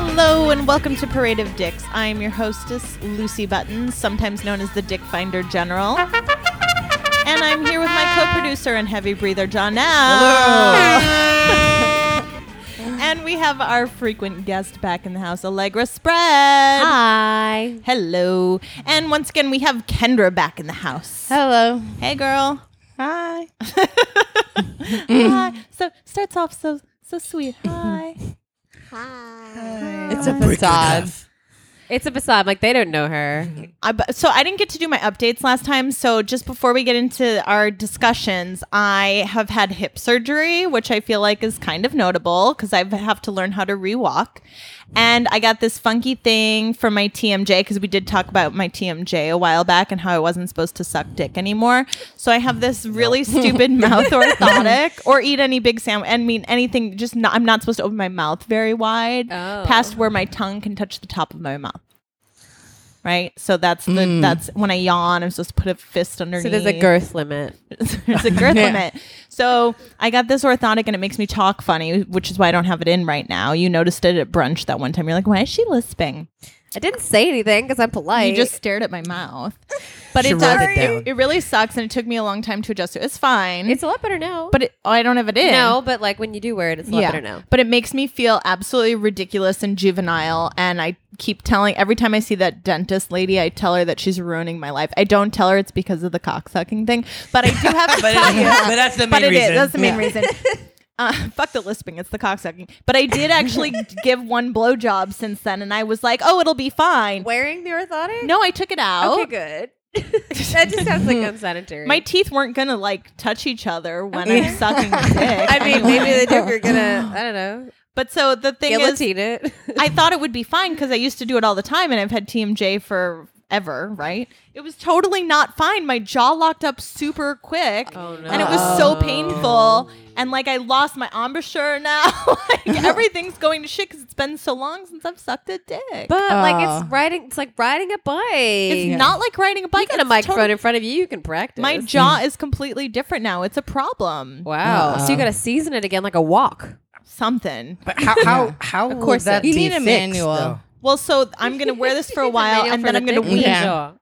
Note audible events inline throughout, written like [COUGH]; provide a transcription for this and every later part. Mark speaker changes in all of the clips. Speaker 1: and welcome to Parade of Dicks. I am your hostess, Lucy Buttons, sometimes known as the Dick Finder General. And I'm here with my co-producer and heavy breather, John and we have our frequent guest back in the house, Allegra Spread.
Speaker 2: Hi.
Speaker 1: Hello. And once again, we have Kendra back in the house.
Speaker 2: Hello.
Speaker 1: Hey, girl.
Speaker 2: Hi.
Speaker 1: Hi. So starts off so so sweet. Hi.
Speaker 2: It's a facade. It's a facade. Like they don't know her.
Speaker 1: I, bu- so I didn't get to do my updates last time. So just before we get into our discussions, I have had hip surgery, which I feel like is kind of notable because I have to learn how to rewalk. And I got this funky thing from my TMJ because we did talk about my TMJ a while back and how I wasn't supposed to suck dick anymore. So I have this really stupid mouth orthotic or eat any big sandwich. I mean anything. Just not, I'm not supposed to open my mouth very wide
Speaker 2: Oh.
Speaker 1: past where my tongue can touch the top of my mouth right? So that's the
Speaker 3: Mm.
Speaker 1: that's when I yawn, I'm supposed to put a fist underneath.
Speaker 2: So there's a girth limit.
Speaker 1: [LAUGHS] there's a girth
Speaker 3: [LAUGHS]
Speaker 1: limit. So I got this orthotic, and it makes me talk funny, which is why I don't have it in right now. You noticed it at brunch that one time. You're like, why is she lisping?
Speaker 2: I didn't say anything because I'm polite.
Speaker 1: You just stared at my
Speaker 2: [LAUGHS]
Speaker 1: mouth. But
Speaker 3: She
Speaker 1: it does.
Speaker 3: wrote it down.
Speaker 1: It, it really sucks, and it took me a long time to adjust to. It's fine.
Speaker 2: It's a lot better now.
Speaker 1: but it, I don't have it in.
Speaker 2: no, but like when you do wear it, it's a lot better now.
Speaker 1: But it makes me feel absolutely ridiculous and juvenile. And I keep telling every time I see that dentist lady, I tell her that she's ruining my life. I don't tell her it's because of the cock sucking thing, but I do
Speaker 2: [LAUGHS]
Speaker 1: have to
Speaker 3: But,
Speaker 1: tell you.
Speaker 3: but that's the main
Speaker 1: But it is.
Speaker 3: reason.
Speaker 1: That's the main reason. Uh, [LAUGHS] fuck the lisping. It's the cock sucking. But I did
Speaker 2: [LAUGHS]
Speaker 1: actually give one blowjob since then, and I was like, oh, it'll be fine.
Speaker 2: Wearing the orthotic?
Speaker 1: No, I took it out.
Speaker 2: Okay, good. [LAUGHS] that just sounds like unsanitary.
Speaker 1: My teeth weren't gonna like touch each other when I'm
Speaker 2: [LAUGHS]
Speaker 1: sucking the dick.
Speaker 2: I mean, maybe the joke you're gonna, I don't [GASPS] know,
Speaker 1: but so the thing is,
Speaker 2: guillotine it.
Speaker 1: I thought it would be fine because I used to do it all the time and I've had TMJ for ever, right? It was totally not fine. My jaw locked up super quick and it was
Speaker 2: Oh.
Speaker 1: so painful and like I lost my embouchure now. [LAUGHS]
Speaker 2: [LAUGHS]
Speaker 1: like everything's going to shit cuz it's been so long since I've sucked a dick.
Speaker 2: but like
Speaker 4: Oh.
Speaker 2: it's riding, it's like riding a bike.
Speaker 1: it's not like riding a bike.
Speaker 2: You got a
Speaker 1: It's
Speaker 2: microphone
Speaker 1: totally-
Speaker 2: in front of you. You can practice.
Speaker 1: my
Speaker 2: [LAUGHS]
Speaker 1: jaw is completely different now. It's a problem.
Speaker 2: Wow.
Speaker 4: Uh-oh.
Speaker 2: so you got to season it again like a walk.
Speaker 1: Something.
Speaker 3: But how how how
Speaker 2: Of course
Speaker 3: would that
Speaker 2: it-
Speaker 4: You
Speaker 3: be
Speaker 4: need a
Speaker 3: fixed,
Speaker 4: manual.
Speaker 3: though?
Speaker 1: Well, so I'm going to wear
Speaker 2: [LAUGHS]
Speaker 1: this for a while and then I'm going to wean
Speaker 4: Yeah.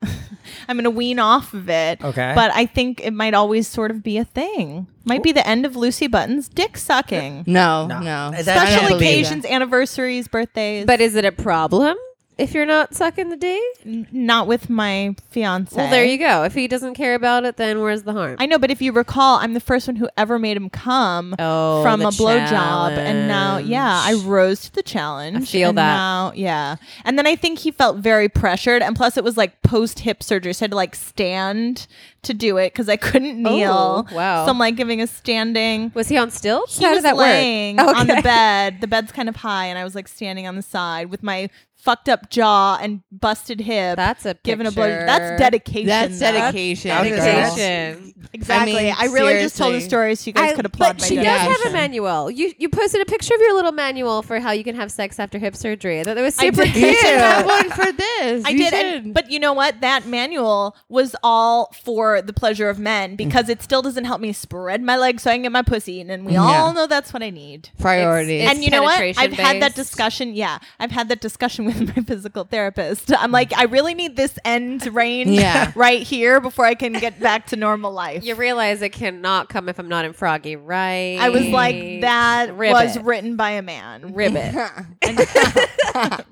Speaker 1: I'm gonna wean off of it.
Speaker 3: Okay.
Speaker 1: But I think it might always sort of be a thing. Might be the end of Lucy Button's dick sucking.
Speaker 4: No, no.
Speaker 3: That's- I don't
Speaker 1: Special
Speaker 3: believe that.
Speaker 1: occasions, anniversaries, birthdays.
Speaker 2: But is it a problem if you're not sucking the D?
Speaker 1: n- not with my fiance.
Speaker 2: Well, there you go. If he doesn't care about it, then where's the harm?
Speaker 1: I know, but if you recall, I'm the first one who ever made him come
Speaker 2: Oh,
Speaker 1: from
Speaker 2: the
Speaker 1: a blowjob, and now, yeah, I
Speaker 2: challenge.
Speaker 1: rose to the challenge.
Speaker 2: I feel
Speaker 1: and
Speaker 2: that.
Speaker 1: Now, yeah, and then I think he felt very pressured, and plus it was like post hip surgery, so I had to like stand to do it because I couldn't kneel.
Speaker 2: Oh, wow.
Speaker 1: So I'm like giving a standing.
Speaker 2: was he on stilts?
Speaker 1: He
Speaker 2: How
Speaker 1: was
Speaker 2: did that
Speaker 1: laying
Speaker 2: work?
Speaker 1: on the
Speaker 2: Okay. [LAUGHS]
Speaker 1: bed. The bed's kind of high, and I was like standing on the side with my fucked up jaw and busted hip.
Speaker 2: That's a
Speaker 1: giving a blow.
Speaker 2: picture.
Speaker 1: That's dedication.
Speaker 4: That's
Speaker 1: though.
Speaker 4: dedication.
Speaker 3: That's
Speaker 4: girl.
Speaker 3: dedication.
Speaker 1: Exactly. I,
Speaker 4: I mean,
Speaker 1: really just told a
Speaker 4: seriously.
Speaker 1: story so you guys
Speaker 2: I-
Speaker 1: could applaud
Speaker 2: but
Speaker 1: my
Speaker 2: she does
Speaker 1: dedication.
Speaker 2: have a manual. You you posted a picture of your little manual for how you can have sex after hip surgery. I thought that was
Speaker 1: I [LAUGHS]
Speaker 2: super
Speaker 1: did.
Speaker 2: cute.
Speaker 4: You should have one for this.
Speaker 1: I
Speaker 4: You
Speaker 1: did,
Speaker 4: should.
Speaker 1: and, but you know what? That manual was all for the pleasure of men because it still doesn't help me spread my legs so I can get my pussy eaten, and we all know that's what I need.
Speaker 4: priorities.
Speaker 2: it's-
Speaker 1: and you know what? I've
Speaker 2: penetration
Speaker 1: had that
Speaker 2: based.
Speaker 1: discussion. Yeah, I've had that discussion [LAUGHS] with my physical therapist. I'm like, I really need this
Speaker 2: [LAUGHS]
Speaker 1: end range
Speaker 4: Yeah.
Speaker 1: right here before I can get back to normal life.
Speaker 2: You realize it cannot come if I'm not in Froggy, right?
Speaker 1: I was like, that
Speaker 2: Ribbit.
Speaker 1: was written by a man.
Speaker 2: ribbit.
Speaker 1: [LAUGHS]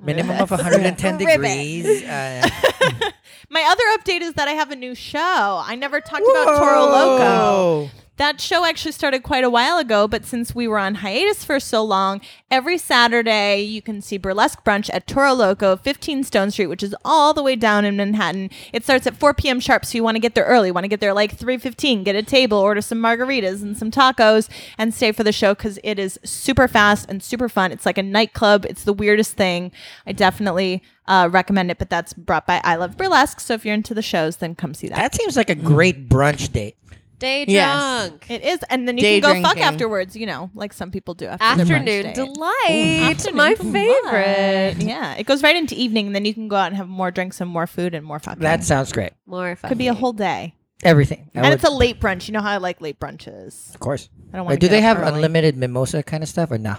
Speaker 3: Minimum of 110 degrees. [LAUGHS] Uh,
Speaker 1: My other update is that I have a new show. I never talked about Toro Loco.
Speaker 3: Oh.
Speaker 1: That show actually started quite a while ago, but since we were on hiatus for so long, every Saturday you can see Burlesque Brunch at Toro Loco, 15 Stone Street, which is all the way down in Manhattan. It starts at 4 p.m. sharp, so you want to get there early. You want to get there like 3:15, get a table, order some margaritas and some tacos, and stay for the show because it is super fast and super fun. It's like a nightclub. It's the weirdest thing. I definitely uh, recommend it. But that's brought by I Love Burlesque, so if you're into the shows, then come see that.
Speaker 3: That seems like a great brunch date.
Speaker 2: Day
Speaker 4: Yes.
Speaker 2: drunk.
Speaker 1: It is, and then you
Speaker 4: Day
Speaker 1: can go fuck
Speaker 4: drinking.
Speaker 1: afterwards. You know, like some people do after their
Speaker 2: Afternoon
Speaker 1: brunch date.
Speaker 2: delight. my favorite.
Speaker 1: Yeah, it goes right into evening, and then you can go out and have more drinks and more food and more fucking.
Speaker 3: That sounds great.
Speaker 2: More fun.
Speaker 1: could be a whole day,
Speaker 3: Everything. I
Speaker 1: and
Speaker 3: would-
Speaker 1: it's a late brunch. You know how I like late brunches.
Speaker 3: of course.
Speaker 1: I don't
Speaker 3: Uh,
Speaker 1: want.
Speaker 3: do they have
Speaker 1: early.
Speaker 3: unlimited mimosa kind of stuff or nah?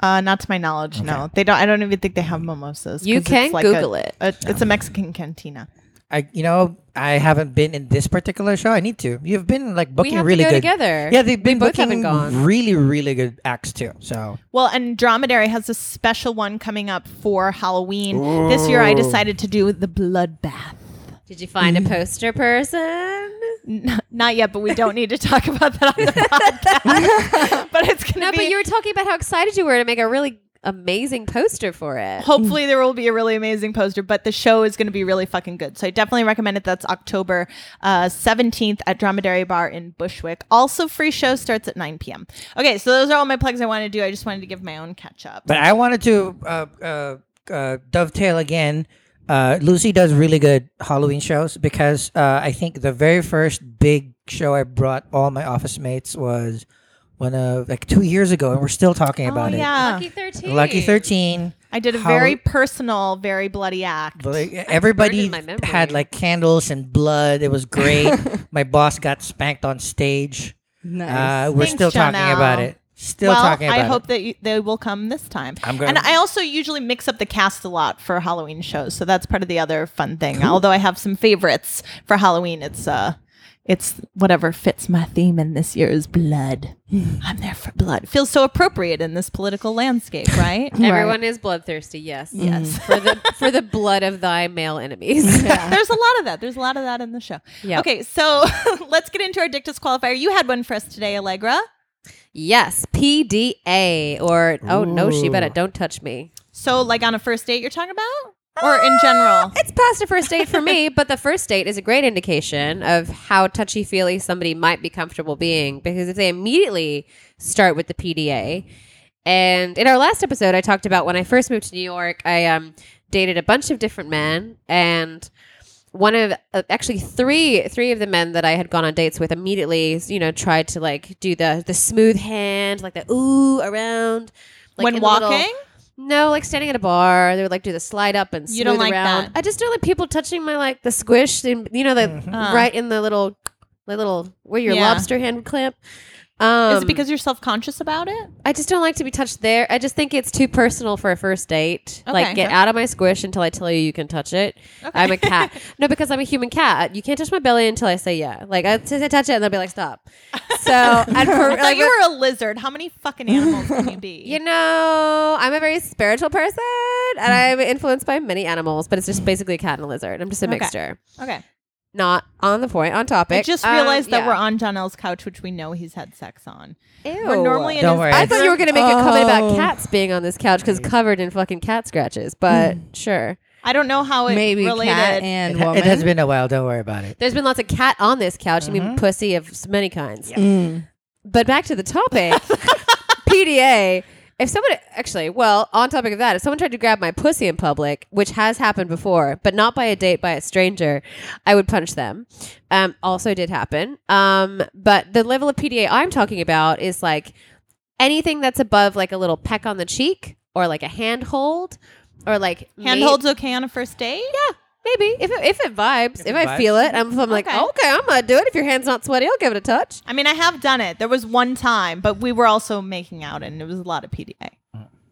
Speaker 1: Uh, not to my knowledge, no. They don't. I don't even think they have mimosas. 'cause
Speaker 2: You
Speaker 1: it's
Speaker 2: can
Speaker 1: like
Speaker 2: Google
Speaker 1: a-
Speaker 2: it.
Speaker 1: a- It's a Mexican cantina.
Speaker 3: I, you know, I haven't been in this particular show. I need to. You've been like booking
Speaker 2: have to
Speaker 3: really
Speaker 2: go
Speaker 3: good.
Speaker 2: together.
Speaker 3: Yeah, they've
Speaker 2: We
Speaker 3: been
Speaker 2: both haven't
Speaker 3: booking
Speaker 2: gone.
Speaker 3: really, really good acts too. So
Speaker 1: Well, and Dromedary has a special one coming up for Halloween this year. I decided to do the bloodbath.
Speaker 2: Did
Speaker 1: [LAUGHS]
Speaker 2: you find a poster person?
Speaker 1: N- not yet, but we don't need to talk about that
Speaker 2: [LAUGHS]
Speaker 1: on the podcast. but it's gonna
Speaker 2: No,
Speaker 1: be.
Speaker 2: but you were talking about how excited you were to make a really amazing poster for it.
Speaker 1: Hopefully there will be a really amazing poster, but the show is going to be really fucking good. So I definitely recommend it. That's October uh, seventeenth at Dromedary Bar in Bushwick. Also, free show starts at nine p.m. Okay, so those are all my plugs I wanted to do. I just wanted to give my own catch up.
Speaker 3: But I wanted to uh, uh, uh, dovetail again. Uh, Lucy does really good Halloween shows because uh, I think the very first big show I brought all my office mates was one of like two years ago, and we're still talking about
Speaker 1: oh yeah,
Speaker 2: Lucky 13.
Speaker 3: it. Lucky thirteen.
Speaker 1: I did a
Speaker 3: Halloween-
Speaker 1: very personal, very bloody act.
Speaker 3: But like, everybody
Speaker 2: my memory.
Speaker 3: had like candles and blood. It was great.
Speaker 1: [LAUGHS]
Speaker 3: my boss got spanked on stage.
Speaker 4: Nice.
Speaker 3: Uh, we're
Speaker 1: Thanks,
Speaker 3: still talking
Speaker 1: Janelle.
Speaker 3: about it. Still
Speaker 1: well,
Speaker 3: talking about
Speaker 1: I hope
Speaker 3: it.
Speaker 1: that you, they will come this time.
Speaker 3: I'm gonna-
Speaker 1: And I also usually mix up the cast a lot for Halloween shows, so that's part of the other fun thing. Although I have some favorites for Halloween, it's uh, it's whatever fits my theme, and this year is blood.
Speaker 3: Hmm.
Speaker 1: I'm there for blood. Feels so appropriate in this political landscape,
Speaker 3: [LAUGHS]
Speaker 1: right? Mm.
Speaker 2: Everyone is bloodthirsty. Yes, yes. for the for the blood of thy male
Speaker 1: [LAUGHS]
Speaker 2: enemies.
Speaker 1: There's a lot of that. There's a lot of that in the show.
Speaker 2: Yeah.
Speaker 1: Okay, so [LAUGHS] let's get into our Dictus qualifier. You had one for us today, Allegra.
Speaker 2: [LAUGHS] yes, PDA or oh no, she better don't touch me.
Speaker 1: So, like on a first date, you're talking about, or
Speaker 3: Uh,
Speaker 1: in general?
Speaker 2: It's past a first date for
Speaker 1: [LAUGHS]
Speaker 2: me, but the first date is a great indication of how touchy feely somebody might be comfortable being because if they immediately start with the PDA. And in our last episode, I talked about when I first moved to New York, I um, dated a bunch of different men, and one of uh, actually three three of the men that I had gone on dates with immediately, you know, tried to like do the the smooth hand, like the ooh around, like
Speaker 1: when
Speaker 2: in the little-
Speaker 1: walking.
Speaker 2: no, like standing at a bar, they would like do the slide up and smooth
Speaker 1: You don't like that.
Speaker 2: around. I just don't like people touching my like the squish, and you know, the right in the little, the little where your
Speaker 1: Uh. Yeah.
Speaker 2: lobster hand would clamp. Um,
Speaker 1: is it because you're self conscious about it?
Speaker 2: I just don't like to be touched there. I just think it's too personal for a first date.
Speaker 1: Okay.
Speaker 2: Like, get out of my squish until I tell you you can touch it. I'm a
Speaker 1: [LAUGHS]
Speaker 2: cat. no, because I'm a human cat. You can't touch my belly until I say yeah. Like, I, since I touch it, and they'll be like, stop. So, and
Speaker 1: [LAUGHS]
Speaker 2: for,
Speaker 1: I thought you were a lizard. How many [LAUGHS] fucking animals can you be?
Speaker 2: You know, I'm a very spiritual person
Speaker 1: Mm.
Speaker 2: and I'm influenced by many animals, but it's just basically a cat and a lizard. I'm just a
Speaker 1: Okay.
Speaker 2: mixture.
Speaker 1: okay.
Speaker 2: Not on the point, on topic.
Speaker 1: I just
Speaker 2: Um,
Speaker 1: realized that
Speaker 2: yeah.
Speaker 1: we're on Jonelle's couch, which we know he's had sex on.
Speaker 2: Ew.
Speaker 1: We're normally in
Speaker 3: Don't
Speaker 1: his
Speaker 3: worry.
Speaker 2: I thought you were going to make a comment about
Speaker 4: Oh.
Speaker 2: cats being on this couch
Speaker 1: Mm.
Speaker 2: because covered in fucking cat scratches, but sure.
Speaker 1: I don't know how it
Speaker 4: Maybe
Speaker 1: related.
Speaker 4: cat and
Speaker 3: It ha-
Speaker 4: woman.
Speaker 3: It has been a while. Don't worry about it.
Speaker 2: There's been lots of cat on this couch. I mean, pussy of s- many kinds.
Speaker 4: Mm.
Speaker 2: But back to the topic PDA. If someone actually, well, on topic of that, if someone tried to grab my pussy in public, which has happened before, but not by a date by a stranger, I would punch them. Um, also did happen. Um, but the level of PDA I'm talking about is like anything that's above like a little peck on the cheek or like a handhold or like
Speaker 1: Handholds okay on a first date? Yeah.
Speaker 2: Maybe if it, if it vibes, if,
Speaker 3: it
Speaker 2: I
Speaker 3: vibes.
Speaker 2: feel it, I'm, if I'm like,
Speaker 1: Okay.
Speaker 2: okay, I'm gonna do it. If your hand's not sweaty, I'll give it a touch.
Speaker 1: I mean, I have done it. There was one time, but we were also making out, and it was a lot of PDA.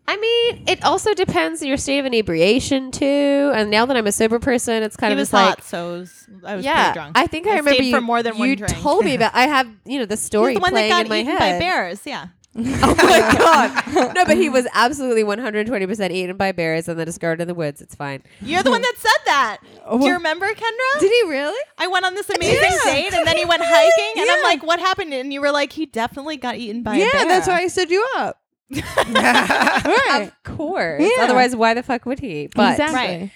Speaker 2: I mean, it also depends on your state of inebriation too. And now that I'm a sober person, it's kind
Speaker 1: He
Speaker 2: of
Speaker 1: was
Speaker 2: just like,
Speaker 1: hot, so it was- I was
Speaker 2: yeah,
Speaker 1: pretty drunk.
Speaker 2: I think I, remember
Speaker 1: stayed
Speaker 2: you
Speaker 1: for more than
Speaker 2: you
Speaker 1: one drink. [LAUGHS]
Speaker 2: told me about. I have you know the story
Speaker 1: He's the one that
Speaker 2: playing
Speaker 1: got
Speaker 2: in my
Speaker 1: eaten by
Speaker 2: head.
Speaker 1: bears. Yeah.
Speaker 2: [LAUGHS] Oh
Speaker 1: [LAUGHS]
Speaker 2: my god! No, but he was absolutely 120 percent eaten by bears and then discarded in the woods. It's fine.
Speaker 1: You're the one that said
Speaker 2: [LAUGHS]
Speaker 1: that. Do you remember, Kendra?
Speaker 2: Did he really?
Speaker 1: I went on this amazing date and then he went hiking and I'm like, what happened? And you were like, he definitely got eaten by a
Speaker 4: Yeah,
Speaker 1: bear.
Speaker 4: that's why I stood you up.
Speaker 1: [LAUGHS]
Speaker 4: right.
Speaker 2: Of course.
Speaker 4: Yeah.
Speaker 2: Otherwise, why the fuck would he? But
Speaker 4: exactly.
Speaker 1: Right.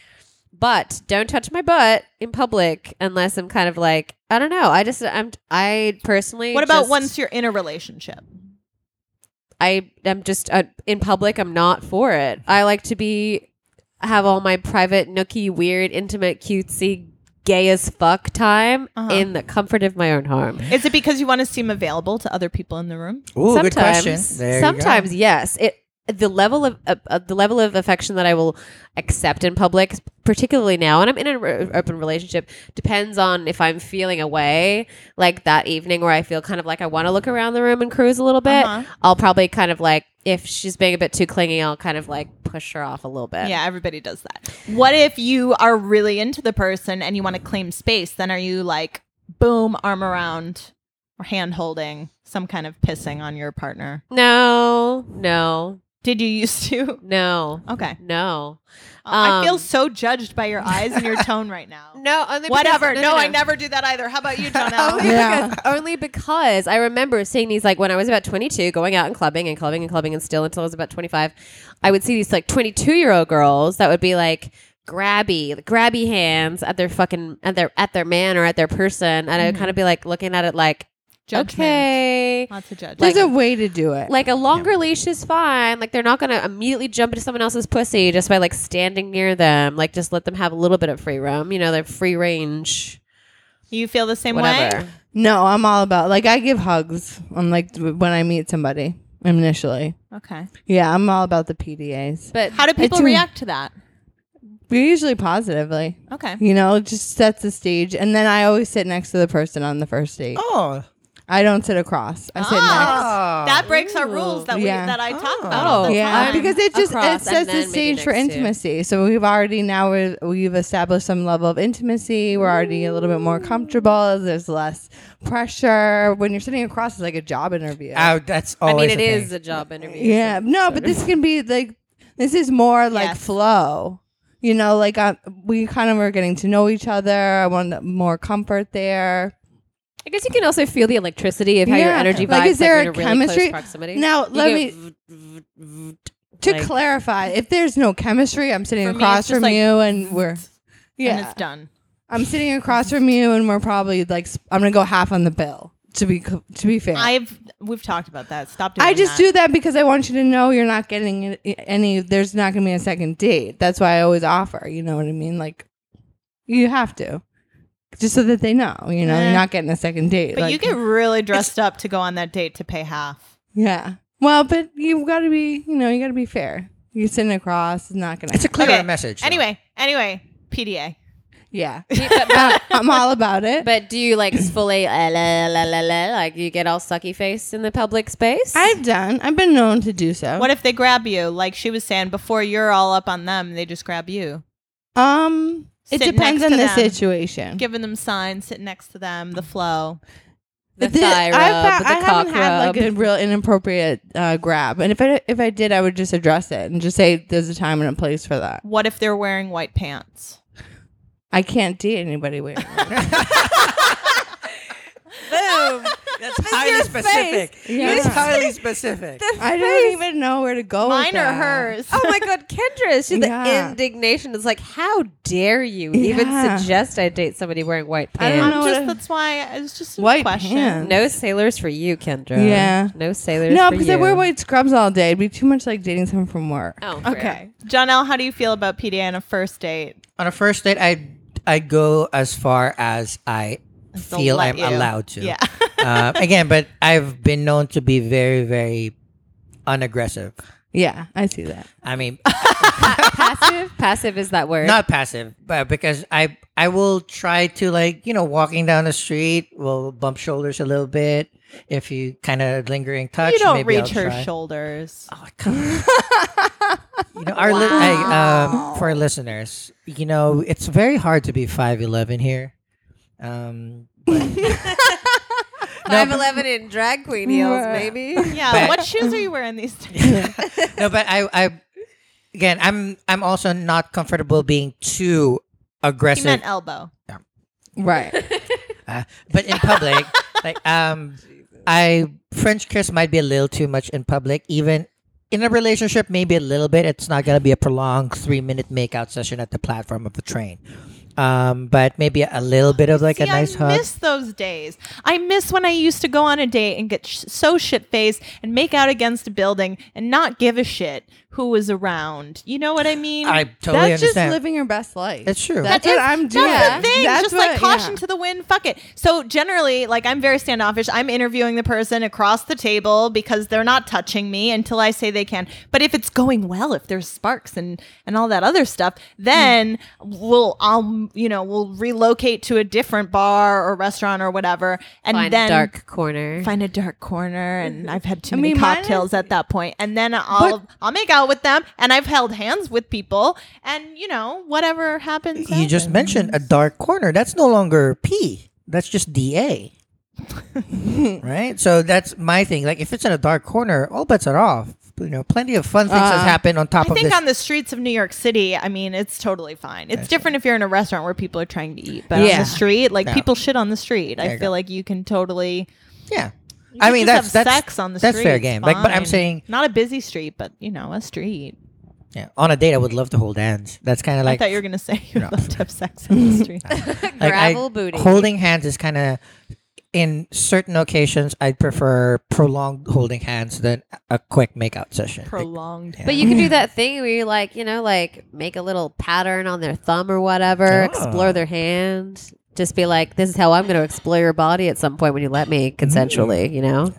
Speaker 2: but don't touch my butt in public unless I'm kind of like I don't know. I just I'm I personally.
Speaker 1: What about
Speaker 2: just-
Speaker 1: once you're in a relationship?
Speaker 2: I am just uh, in public. I'm not for it. I like to be have all my private, nookie, weird, intimate, cutesy, gay as fuck time
Speaker 1: Uh-huh.
Speaker 2: in the comfort of my own home.
Speaker 1: Is it because you want to seem available to other people in the room?
Speaker 3: Ooh,
Speaker 2: sometimes,
Speaker 3: good question. There you go.
Speaker 2: sometimes yes. It the level of uh, uh, the level of affection that I will accept in public, particularly now, and I'm in an re- open relationship, depends on if I'm feeling away like that evening where I feel kind of like I want to look around the room and cruise a little bit.
Speaker 1: Uh-huh.
Speaker 2: I'll probably kind of like if she's being a bit too clingy, I'll kind of like push her off a little bit.
Speaker 1: Yeah, everybody does that. What if you are really into the person and you want to claim space? Then are you like, boom, arm around or hand holding, some kind of pissing on your partner?
Speaker 2: No, no,
Speaker 1: Did you [LAUGHS] used to?
Speaker 2: no,
Speaker 1: Okay.
Speaker 2: no.
Speaker 1: I feel
Speaker 2: Um,
Speaker 1: so judged by your eyes and your tone right now.
Speaker 2: No, only [LAUGHS] because-
Speaker 1: Whatever. No, I never do that either. How about you, Donnell?
Speaker 2: Only,
Speaker 1: yeah.
Speaker 3: Yeah.
Speaker 2: because, only because I remember seeing these like when I was about 22, going out and clubbing and clubbing and clubbing, and still until I was about 25, I would see these like 22 year old girls that would be like grabby, like, grabby hands at their fucking at their at their man or at their person, and I would kind of be like looking at it like,
Speaker 1: Judgment.
Speaker 2: okay,
Speaker 1: Lots of judgment.
Speaker 4: There's a way to do it.
Speaker 2: like a longer leash is fine. Like they're not gonna immediately jump into someone else's pussy just by like standing near them. Like just let them have a little bit of free roam. You know, they're free range.
Speaker 1: you feel the same way?
Speaker 2: Whatever.
Speaker 4: no, I'm all about like I give hugs. I'm like th- when I meet somebody initially.
Speaker 1: Okay.
Speaker 4: Yeah, I'm all about the PDAs.
Speaker 2: But
Speaker 1: How do people
Speaker 4: do.
Speaker 1: react to that?
Speaker 4: We're usually positively.
Speaker 1: Okay.
Speaker 4: You know, it just sets the stage. And then I always sit next to the person on the first date.
Speaker 3: Oh.
Speaker 4: I don't sit across. I sit
Speaker 1: Ah.
Speaker 4: next.
Speaker 1: That breaks our
Speaker 2: Ooh.
Speaker 1: rules that we
Speaker 4: Yeah.
Speaker 1: that I talk about.
Speaker 2: Oh.
Speaker 1: all the
Speaker 4: Yeah,
Speaker 1: time.
Speaker 4: because it just
Speaker 2: across
Speaker 4: it
Speaker 2: and then
Speaker 4: sets the
Speaker 2: maybe
Speaker 4: stage for
Speaker 2: next to.
Speaker 4: intimacy. So we've already now we're, we've established some level of intimacy. We're already a little bit more comfortable. There's less pressure when you're sitting across. It's like a job interview.
Speaker 3: Oh, that's
Speaker 2: I mean,
Speaker 3: always
Speaker 2: it
Speaker 3: a
Speaker 2: is
Speaker 3: thing.
Speaker 2: a job interview.
Speaker 4: yeah,
Speaker 2: so-
Speaker 4: no,
Speaker 2: sort
Speaker 4: but
Speaker 2: of.
Speaker 4: this can be like this is more like
Speaker 1: Yes.
Speaker 4: flow. You know, like I, we kind of were getting to know each other. I want more comfort there.
Speaker 2: I guess you can also feel the electricity of how your
Speaker 4: Yeah.
Speaker 2: energy vibes.
Speaker 4: Like, is there
Speaker 2: you're
Speaker 4: a
Speaker 2: in really
Speaker 4: chemistry?
Speaker 2: Close proximity.
Speaker 4: Now,
Speaker 2: You
Speaker 4: let
Speaker 2: get [LAUGHS]
Speaker 4: me-
Speaker 2: v- v- v-
Speaker 4: To
Speaker 2: like-
Speaker 4: clarify, if there's no chemistry, I'm sitting
Speaker 1: For me, it's
Speaker 4: across
Speaker 1: just
Speaker 4: from
Speaker 1: like-
Speaker 4: you, and we're yeah,
Speaker 1: And it's done.
Speaker 4: I'm sitting across from you, and we're probably like sp- I'm gonna go half on the bill. To be co- to be fair, I,
Speaker 1: I've we've talked about that. Stop doing
Speaker 4: just
Speaker 1: that.
Speaker 4: do that because I want you to know you're not getting i- any. There's not gonna be a second date. That's why I always offer. You know what I mean? Like you have to, just so that they know. You know,
Speaker 1: Yeah.
Speaker 4: you're not getting a second date.
Speaker 1: But
Speaker 4: Like,
Speaker 1: you get really dressed up to go on that date to pay half.
Speaker 4: yeah. Well, but you got to be. You know, you got to be fair. You're sitting across. It's not gonna.
Speaker 3: It's a clear
Speaker 1: Okay.
Speaker 3: message. though. [LAUGHS]
Speaker 1: Anyway, anyway, PDA.
Speaker 4: yeah.
Speaker 2: [LAUGHS] but,
Speaker 4: I- I'm all about
Speaker 1: [LAUGHS]
Speaker 4: it.
Speaker 2: but do you like fully uh, la, la, la, la, like you get all sucky face in the public space?
Speaker 4: I've done. I've been known to do so.
Speaker 1: What if they grab you? Like she was saying, before you're all up on them, they just grab you.
Speaker 4: Um, it
Speaker 1: Sit
Speaker 4: depends
Speaker 1: next
Speaker 4: on
Speaker 1: to
Speaker 4: the
Speaker 1: them.
Speaker 4: situation.
Speaker 1: Giving them signs, sitting next to them, the flow.
Speaker 2: the
Speaker 4: Th-
Speaker 2: thigh rub,
Speaker 4: I've had-
Speaker 2: the
Speaker 4: I
Speaker 2: cock
Speaker 4: haven't had
Speaker 2: rub.
Speaker 4: like
Speaker 2: [LAUGHS]
Speaker 4: a real inappropriate uh, grab, and if I if I did, I would just address it and just say there's a time and a place for that.
Speaker 1: What if they're wearing white
Speaker 4: [LAUGHS]
Speaker 1: pants?
Speaker 4: I can't date anybody wearing.
Speaker 3: Boom. That's highly specific.
Speaker 4: Yeah.
Speaker 3: That's highly specific.
Speaker 4: I don't even know where to go. with
Speaker 1: Mine or
Speaker 4: that.
Speaker 1: hers?
Speaker 2: oh my god, Kendra! She the
Speaker 4: Yeah.
Speaker 2: indignation is like, how dare you
Speaker 4: Yeah.
Speaker 2: even suggest I date somebody wearing white
Speaker 4: I don't
Speaker 2: pants?
Speaker 4: know.
Speaker 1: I'm just
Speaker 4: what-
Speaker 1: that's why it's just a
Speaker 4: White
Speaker 1: question.
Speaker 4: pants.
Speaker 2: No sailors for you, Kendra.
Speaker 4: Yeah.
Speaker 2: no sailors.
Speaker 4: No,
Speaker 2: for
Speaker 4: because I
Speaker 2: you.
Speaker 4: wear white scrubs all day. It'd be too much like dating someone from work.
Speaker 2: Oh, fair.
Speaker 1: Okay. Jonelle, how do you feel about PDA on a first date?
Speaker 3: On a first date, I I go as far as I
Speaker 1: They'll
Speaker 3: feel
Speaker 1: let
Speaker 3: I'm
Speaker 1: you.
Speaker 3: allowed to.
Speaker 1: Yeah.
Speaker 3: [LAUGHS] uh, again, but I've been known to be very, very unaggressive.
Speaker 4: Yeah, I see that.
Speaker 3: I mean,
Speaker 2: Pa- passive. Passive is that word.
Speaker 3: not passive, but because I I will try to like you know walking down the street, we'll bump shoulders a little bit. If you kind of lingering
Speaker 1: [LAUGHS]
Speaker 3: touch,
Speaker 1: you don't
Speaker 3: maybe
Speaker 1: reach
Speaker 3: I'll
Speaker 1: her
Speaker 3: try.
Speaker 1: shoulders.
Speaker 3: [LAUGHS] Oh, come on. you know, our li- I, um, for our listeners, you know, it's very hard to be five eleven here. Um,
Speaker 2: Five eleven in drag queen [LAUGHS] heels, maybe.
Speaker 1: Yeah.
Speaker 3: But-
Speaker 1: what shoes are you wearing these days?
Speaker 3: no, but I, I, again, I'm, I'm also not comfortable being too
Speaker 1: he
Speaker 3: aggressive,
Speaker 1: meant elbow.
Speaker 4: Right.
Speaker 3: uh, but in
Speaker 1: [LAUGHS]
Speaker 3: public, like, um, I French kiss might be a little too much in public, even. In a relationship, maybe a little bit. It's not gonna be a prolonged three-minute makeout session at the platform of the train, um, but maybe a little bit of like a
Speaker 1: See,
Speaker 3: nice
Speaker 1: I
Speaker 3: hug.
Speaker 1: miss those days. I miss when I used to go on a date and get sh- so shit faced and make out against a building and not give a shit. who was around. You know what I mean?
Speaker 3: I totally
Speaker 4: that's
Speaker 3: understand.
Speaker 4: just living your best life.
Speaker 3: That's true.
Speaker 4: That's, what I'm doing.
Speaker 1: That's the thing.
Speaker 4: That's
Speaker 1: just
Speaker 4: what-
Speaker 1: like caution
Speaker 4: yeah.
Speaker 1: to the wind. Fuck it. So generally, like I'm very standoffish. I'm interviewing the person across the table because they're not touching me until I say they can. But if it's going well, if there's sparks and and all that other stuff, then
Speaker 4: Hmm.
Speaker 1: we'll I'll you know we'll relocate to a different bar or restaurant or whatever, and
Speaker 2: Find
Speaker 1: then
Speaker 2: a dark corner.
Speaker 1: find a dark corner and I've had too
Speaker 4: Mm-hmm. I
Speaker 1: many
Speaker 4: mean, mine
Speaker 1: cocktails
Speaker 4: is-
Speaker 1: at that point. And then I'll I'll make out with them and I've held hands with people and you know, whatever happens.
Speaker 3: you just
Speaker 1: happens.
Speaker 3: mentioned a dark corner. That's no longer P. That's just DA.
Speaker 1: [LAUGHS]
Speaker 3: right? So that's my thing. Like if it's in a dark corner, all bets are off. You know, plenty of fun things has
Speaker 4: Uh,
Speaker 3: happened on top
Speaker 1: I
Speaker 3: of
Speaker 1: think
Speaker 3: this.
Speaker 1: on the streets of New York City, I mean, it's totally fine. It's different if you're in a restaurant where people are trying to eat, but on
Speaker 2: Yeah.
Speaker 1: the street, like
Speaker 3: No.
Speaker 1: people shit on the street.
Speaker 3: There
Speaker 1: I
Speaker 3: you
Speaker 1: feel
Speaker 3: go.
Speaker 1: like you can totally.
Speaker 3: yeah.
Speaker 1: you
Speaker 3: I
Speaker 1: can
Speaker 3: mean, that's
Speaker 1: just have
Speaker 3: that's
Speaker 1: sex on the
Speaker 3: that's
Speaker 1: street.
Speaker 3: fair
Speaker 1: It's
Speaker 3: game. Like, but I'm
Speaker 1: fine.
Speaker 3: saying,
Speaker 1: not a busy street, but you know, a street.
Speaker 3: yeah, on a date, I would love to hold hands. That's kind of
Speaker 1: I
Speaker 3: like
Speaker 1: thought you were gonna say you
Speaker 3: No.
Speaker 1: would love to have sex on
Speaker 3: [LAUGHS]
Speaker 1: the street.
Speaker 3: like, I-
Speaker 2: Gravel booty.
Speaker 3: Holding hands is kind of in certain occasions. I'd prefer prolonged holding hands than a quick makeout session. Like,
Speaker 1: Prolonged.
Speaker 2: But you can do that thing where you like, you know, like make a little pattern on their thumb or whatever,
Speaker 3: Ah.
Speaker 2: explore their hand. Just be like, this is how I'm going to explore your body at some point when you let me consensually, you know?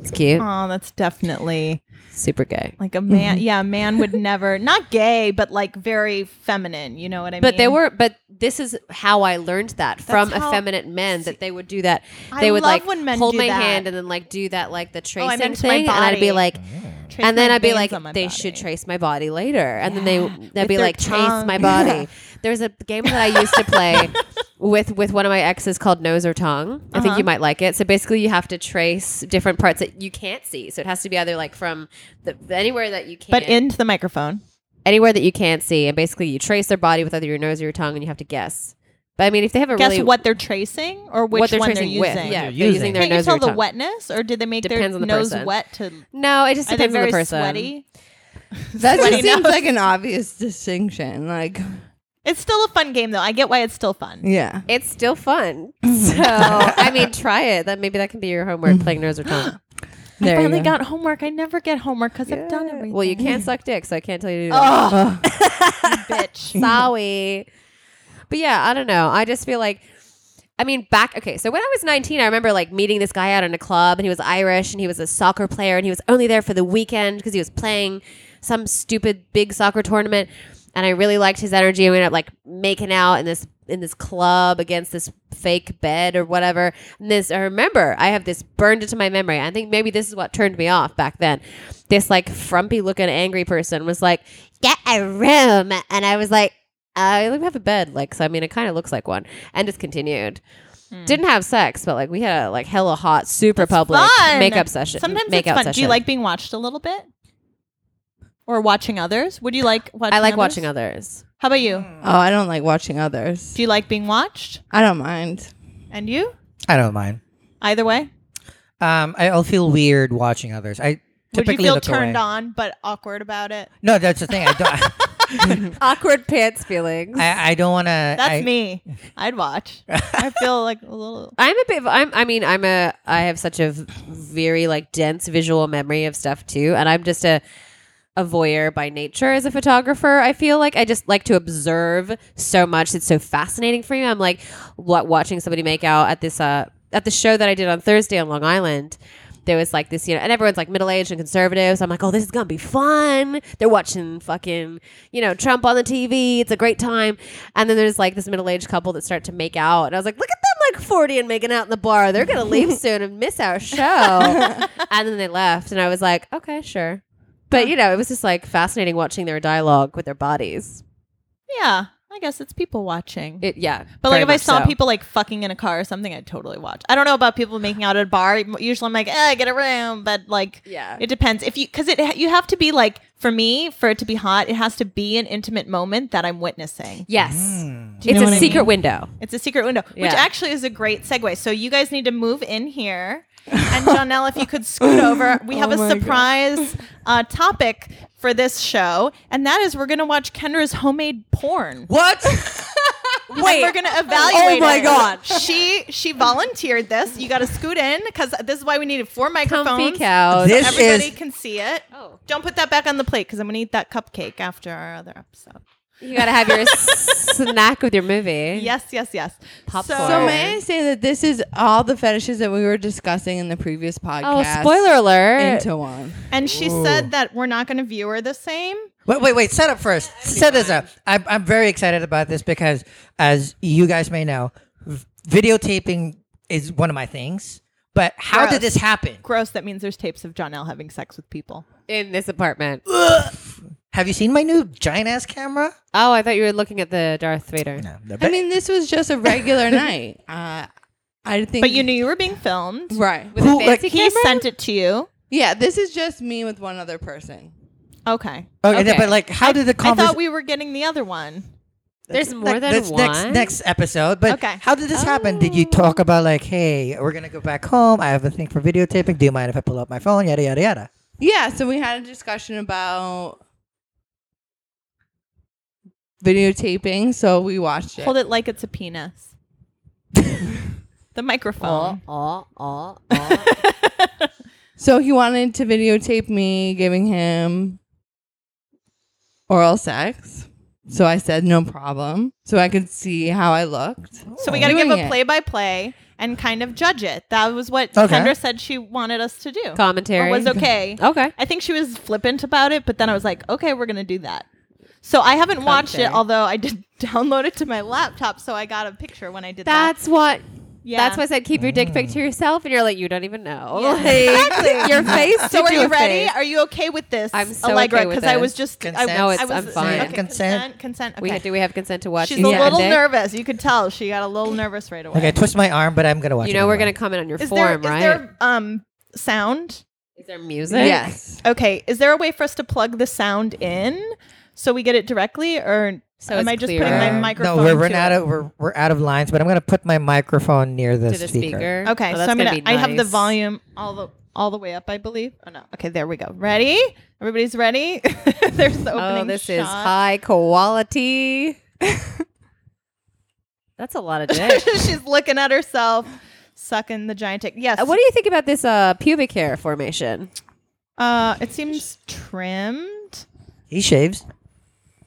Speaker 2: It's cute.
Speaker 1: Oh, that's definitely
Speaker 2: Super gay.
Speaker 1: like a
Speaker 3: Mm-hmm.
Speaker 1: man. Yeah, a man would never, not gay, but like very feminine. You know what I mean?
Speaker 2: But they were, but this is how I learned that from
Speaker 1: how-
Speaker 2: effeminate men that they would do that.
Speaker 1: I
Speaker 2: They would
Speaker 1: love
Speaker 2: like
Speaker 1: when men
Speaker 2: hold
Speaker 1: do
Speaker 2: my
Speaker 1: that. Oh,
Speaker 2: hand and then like do that, like the
Speaker 1: I
Speaker 2: tracing
Speaker 1: meant my
Speaker 2: thing. And I'd be
Speaker 1: body.
Speaker 2: like,
Speaker 1: Trace
Speaker 2: and then
Speaker 1: my
Speaker 2: I'd be
Speaker 1: veins
Speaker 2: like,
Speaker 1: on my
Speaker 2: they should
Speaker 1: body.
Speaker 2: trace my body later, and then
Speaker 1: Yeah.
Speaker 2: they
Speaker 1: With
Speaker 2: they'd be
Speaker 1: their
Speaker 2: like, trace my
Speaker 1: tongue.
Speaker 2: body.
Speaker 1: [LAUGHS]
Speaker 2: There's a game that I used to play with with one of my exes called Nose or Tongue. I think
Speaker 1: Uh-huh.
Speaker 2: you might like it. So basically, you have to trace different parts that you can't see. So it has to be either like from the, anywhere that you can,
Speaker 1: But into the microphone.
Speaker 2: anywhere that you can't see, and basically you trace their body with either your nose or your tongue, and you have to guess. But I mean, if they have a
Speaker 1: Guess
Speaker 2: really
Speaker 1: what they're tracing or which
Speaker 2: what they're
Speaker 1: one
Speaker 2: tracing
Speaker 1: they're using.
Speaker 2: with, yeah,
Speaker 3: They're
Speaker 2: if they're
Speaker 3: using.
Speaker 2: using their
Speaker 1: Can't you
Speaker 2: nose or
Speaker 1: tell
Speaker 2: your
Speaker 1: the
Speaker 2: tongue.
Speaker 1: wetness, or did they make
Speaker 2: Depends
Speaker 1: their
Speaker 2: on the
Speaker 1: nose
Speaker 2: person.
Speaker 1: wet to?
Speaker 2: No, it just
Speaker 1: Are they
Speaker 2: depends on
Speaker 1: very
Speaker 2: the person.
Speaker 1: sweaty?
Speaker 4: That
Speaker 1: Sweaty
Speaker 4: just seems
Speaker 1: nose.
Speaker 4: like an obvious distinction. Like,
Speaker 1: It's still a fun game, though. I get why it's still fun.
Speaker 4: yeah.
Speaker 2: It's still
Speaker 3: [LAUGHS]
Speaker 2: fun.
Speaker 3: Mm.
Speaker 2: So I mean, try it. That maybe that can be your homework, playing nose or
Speaker 3: [GASPS]
Speaker 2: tongue.
Speaker 1: I
Speaker 4: There you
Speaker 1: finally
Speaker 4: go.
Speaker 1: got homework. I never get homework because I've done everything.
Speaker 2: Well,
Speaker 1: [LAUGHS]
Speaker 2: you can't suck dick, so I can't tell you to do
Speaker 1: Oh,
Speaker 2: that. [LAUGHS]
Speaker 1: bitch.
Speaker 2: Sorry. But yeah, I don't know. I just feel like I mean, back okay. So when I was 19, I remember like meeting this guy out in a club, and he was Irish, and he was a soccer player, and he was only there for the weekend because he was playing some stupid big soccer tournament. And I really liked his energy. And we ended up like making out in this in this club against this fake bed or whatever. And this I remember I have this burned into my memory. I think maybe this is what turned me off back then. This like frumpy looking angry person was like, "Get a room," and I was like. I we have a bed, like so. I mean, it kind of looks like one, and just continued.
Speaker 1: Hmm.
Speaker 2: Didn't have sex, but like we had a like hella hot, super public
Speaker 1: Fun.
Speaker 2: makeup session.
Speaker 1: Sometimes
Speaker 2: makeout
Speaker 1: it's fun. Do you
Speaker 2: session.
Speaker 1: like being watched a little bit, or watching others? Would you like? Watching
Speaker 2: I like
Speaker 1: others?
Speaker 2: watching others.
Speaker 1: How about you?
Speaker 2: Hmm.
Speaker 4: Oh, I don't like watching others.
Speaker 1: Do you like being watched?
Speaker 4: I don't mind.
Speaker 1: And you?
Speaker 3: I don't mind.
Speaker 1: Either way,
Speaker 3: Um, I- I'll feel weird watching others. I
Speaker 1: would
Speaker 3: typically
Speaker 1: you feel
Speaker 3: look
Speaker 1: turned
Speaker 3: away.
Speaker 1: on but awkward about it?
Speaker 3: No, that's the thing. I don't.
Speaker 1: [LAUGHS]
Speaker 2: Awkward pants feelings. I,
Speaker 3: I, I don't want to.
Speaker 1: That's
Speaker 2: [LAUGHS]
Speaker 3: I,
Speaker 1: me. I'd watch. I feel like a little.
Speaker 2: am a bit. of- I'm. I mean, I'm a. I have such a v- very like dense visual memory of stuff too, and I'm just a a voyeur by nature as a photographer. I feel like I just like to observe so much. It's so fascinating for me. I'm like what watching somebody make out at this uh at the show that I did on Thursday on Long Island. There was like this, you know, and everyone's like middle aged and conservatives. I'm like, oh, this is gonna be fun. They're watching fucking, you know, Trump on the TV. It's a great time. And then there's like this middle aged couple that start to make out, and I was like, look at them like 40 and making out in the bar. They're gonna leave soon and miss our show. and then they left, and I was like, okay, sure. But you know, it was just like fascinating watching their dialogue with their bodies.
Speaker 1: Yeah, I guess it's people watching.
Speaker 2: It, yeah,
Speaker 1: But
Speaker 2: very
Speaker 1: like if I
Speaker 2: much
Speaker 1: saw
Speaker 2: so.
Speaker 1: people like fucking in a car or something, I'd totally watch. I don't know about people making out at a bar. Usually I'm like, eh, get a room, but like,
Speaker 2: Yeah.
Speaker 1: it depends. If you because it you have to be like for me for it to be hot, it has to be an intimate moment that I'm witnessing.
Speaker 2: yes,
Speaker 3: Mm.
Speaker 1: you
Speaker 2: it's
Speaker 1: know
Speaker 2: a
Speaker 1: what I
Speaker 2: secret
Speaker 1: mean?
Speaker 2: window.
Speaker 1: It's a secret window, which
Speaker 2: Yeah.
Speaker 1: actually is a great segue. So you guys need to move in here, and Janelle, if you could
Speaker 4: [LAUGHS]
Speaker 1: scoot over, we have
Speaker 4: Oh my
Speaker 1: a
Speaker 4: God.
Speaker 1: surprise uh, topic for [LAUGHS] this show, and that is we're gonna watch Kendra's homemade porn.
Speaker 3: What?
Speaker 1: Because and we're gonna evaluate.
Speaker 2: Oh my
Speaker 1: it.
Speaker 2: God.
Speaker 1: she she volunteered this. You got to scoot in because this is why we needed four microphones. [LAUGHS]
Speaker 2: Comfy cows.
Speaker 3: This
Speaker 1: Oh, Everybody
Speaker 3: is-
Speaker 1: can see it.
Speaker 2: Oh.
Speaker 1: Don't put that back on the plate because I'm gonna eat that cupcake after our other episode.
Speaker 2: You gotta have your snack with your [LAUGHS] movie.
Speaker 1: Yes, yes, yes.
Speaker 2: Popcorn.
Speaker 4: So may I say that this is all the fetishes that we were discussing in the previous
Speaker 2: Oh,
Speaker 4: podcast.
Speaker 2: spoiler alert.
Speaker 4: Into one.
Speaker 1: and she said that we're not gonna view her the same.
Speaker 3: Wait, wait, wait. Set up first. Set this up. I'm, I'm very excited about this because, as you guys may know, v- videotaping is one of my things. But how
Speaker 1: Gross.
Speaker 3: did this [LAUGHS] happen?
Speaker 1: Gross. That means there's tapes of John L having sex with people.
Speaker 2: in this apartment.
Speaker 3: Have you seen my new giant ass camera?
Speaker 2: Oh, I thought you were looking at the Darth Vader.
Speaker 3: No. no
Speaker 4: I mean, this was just a [LAUGHS] regular night. Uh, I think.
Speaker 1: But you knew you were being filmed.
Speaker 4: Right.
Speaker 2: With
Speaker 3: Who-
Speaker 2: a
Speaker 3: like,
Speaker 2: fancy
Speaker 1: He
Speaker 2: camera?
Speaker 1: sent it to you.
Speaker 4: Yeah, this is just me with one other person.
Speaker 1: Okay.
Speaker 3: okay, no,
Speaker 2: okay.
Speaker 3: but like, how did the
Speaker 1: I thought
Speaker 3: conversation?
Speaker 1: we were getting the other one.
Speaker 2: There's more than
Speaker 3: that's
Speaker 2: one. Oh.
Speaker 3: Next, next episode. But
Speaker 1: Okay.
Speaker 3: how did this happen? Did you talk about like, hey, we're gonna go back home. I have a thing for videotaping. Do you mind if I pull up my phone? Yada yada yada.
Speaker 4: Yeah, so we had a discussion about videotaping, so we watched it.
Speaker 1: Hold it like it's a
Speaker 3: [LAUGHS]
Speaker 1: penis. the microphone.
Speaker 2: oh, oh,
Speaker 1: [LAUGHS]
Speaker 2: oh.
Speaker 4: So he wanted to videotape me giving him oral sex. So I said no problem, so I could see how I looked.
Speaker 1: So we got to give
Speaker 4: Doing
Speaker 1: a
Speaker 4: it.
Speaker 1: play by play and kind of judge it. That was what
Speaker 3: Okay.
Speaker 1: Kendra said she wanted us to do. Or
Speaker 2: Commentary.
Speaker 1: was Oh, okay.
Speaker 2: [LAUGHS] Okay.
Speaker 1: I think she was flippant about it, but then I was like, okay, we're going to do that. So I haven't watched it,
Speaker 2: Commentary.
Speaker 1: although I did [LAUGHS] download it to my laptop, so I got a picture when I did that.
Speaker 2: That's what.
Speaker 1: Yeah.
Speaker 2: That's why I said keep your dick
Speaker 3: Mm.
Speaker 2: pic to yourself, and you're like, you don't even know.
Speaker 1: Yeah.
Speaker 2: Like, [LAUGHS] Your face.
Speaker 1: [LAUGHS] So
Speaker 2: to
Speaker 1: are you
Speaker 2: your
Speaker 1: ready?
Speaker 2: face.
Speaker 1: Are you okay with this,
Speaker 2: I'm so
Speaker 1: Allegra?
Speaker 2: okay with
Speaker 1: I
Speaker 2: this.
Speaker 1: was just
Speaker 3: Consent.
Speaker 1: I,
Speaker 2: No, it's-
Speaker 1: I was,
Speaker 2: I'm fine.
Speaker 1: Okay, consent.
Speaker 3: Consent.
Speaker 1: Consent. Okay.
Speaker 2: We, do we have consent to watch?
Speaker 1: She's
Speaker 2: you
Speaker 1: a
Speaker 2: suck
Speaker 1: little
Speaker 2: dick?
Speaker 1: nervous. You could tell she got a little nervous right away.
Speaker 3: Okay, twist my arm, but I'm gonna watch.
Speaker 2: You
Speaker 3: it
Speaker 2: know we're
Speaker 3: anyway.
Speaker 2: gonna comment on your
Speaker 1: Is there
Speaker 2: form,
Speaker 1: is
Speaker 2: right?
Speaker 1: there um sound?
Speaker 2: Is there music?
Speaker 4: Yes.
Speaker 1: Okay, is there a way for us to plug the sound in so we get it directly, or
Speaker 2: So
Speaker 1: am
Speaker 2: it's
Speaker 1: I just
Speaker 2: clear.
Speaker 1: putting
Speaker 2: Uh,
Speaker 1: my
Speaker 2: no,
Speaker 1: microphone?
Speaker 3: Um, No, we're,
Speaker 1: to
Speaker 3: we're out
Speaker 1: it?
Speaker 3: of we're, we're out of lines, but I'm gonna put my microphone near the,
Speaker 2: To the speaker.
Speaker 1: Okay,
Speaker 2: Oh,
Speaker 1: so
Speaker 2: that's
Speaker 1: I'm gonna.
Speaker 2: be
Speaker 1: I have the
Speaker 2: nice.
Speaker 1: volume all the all the way up, I believe. Oh no. Okay, there we go. Ready? Everybody's ready? [LAUGHS] There's the opening.
Speaker 2: Oh, this
Speaker 1: shot.
Speaker 2: is high quality. That's a lot of
Speaker 1: [LAUGHS]
Speaker 2: dick.
Speaker 1: She's looking at herself, sucking the giant dick. Yes.
Speaker 2: Uh, what do you think about this uh, pubic hair formation?
Speaker 1: Uh, it seems trimmed.
Speaker 3: He shaves.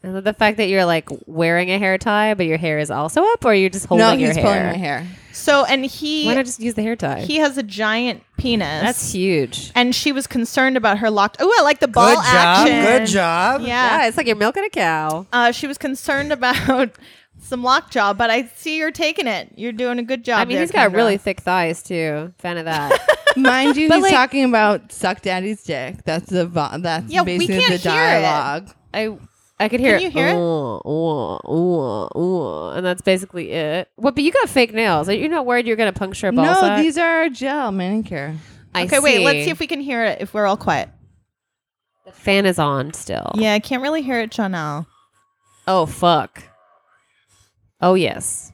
Speaker 2: And the fact that you're like wearing a hair tie, but your hair is also up, or you're just holding
Speaker 4: No,
Speaker 2: your
Speaker 4: he's
Speaker 2: hair.
Speaker 4: pulling my hair.
Speaker 1: So, and
Speaker 2: Why
Speaker 1: he
Speaker 2: not just use the hair tie?
Speaker 1: he has a giant penis.
Speaker 2: That's huge.
Speaker 1: and she was concerned about her locked. Oh, I like the ball
Speaker 3: Good job.
Speaker 1: action.
Speaker 3: Good job.
Speaker 1: Yeah.
Speaker 2: Yeah, it's like you're milking a cow.
Speaker 1: Uh, she was concerned [LAUGHS] about some lockjaw, but I see you're taking it. You're doing a good job.
Speaker 2: I mean,
Speaker 1: there,
Speaker 2: he's got
Speaker 1: Kendra.
Speaker 2: really thick thighs too. Fan of that.
Speaker 1: [LAUGHS]
Speaker 4: Mind you,
Speaker 2: But,
Speaker 4: he's
Speaker 2: like-
Speaker 4: talking about suck daddy's dick. That's the vo- that's
Speaker 1: Yeah, we
Speaker 4: basically
Speaker 1: can't
Speaker 4: the
Speaker 1: hear it.
Speaker 4: dialogue.
Speaker 2: I I could hear.
Speaker 1: Can you hear it?
Speaker 2: "Ooh, ooh, ooh, ooh," and that's basically it. What? But you got fake nails. Are you not worried you're gonna puncture a ball
Speaker 4: No,
Speaker 2: sack?
Speaker 4: these are gel manicure.
Speaker 2: I
Speaker 1: okay. Wait, let's see if we can hear it. If we're all quiet.
Speaker 2: the fan is on still.
Speaker 1: Yeah, I can't really hear it, Chanel.
Speaker 2: Oh fuck. Oh yes.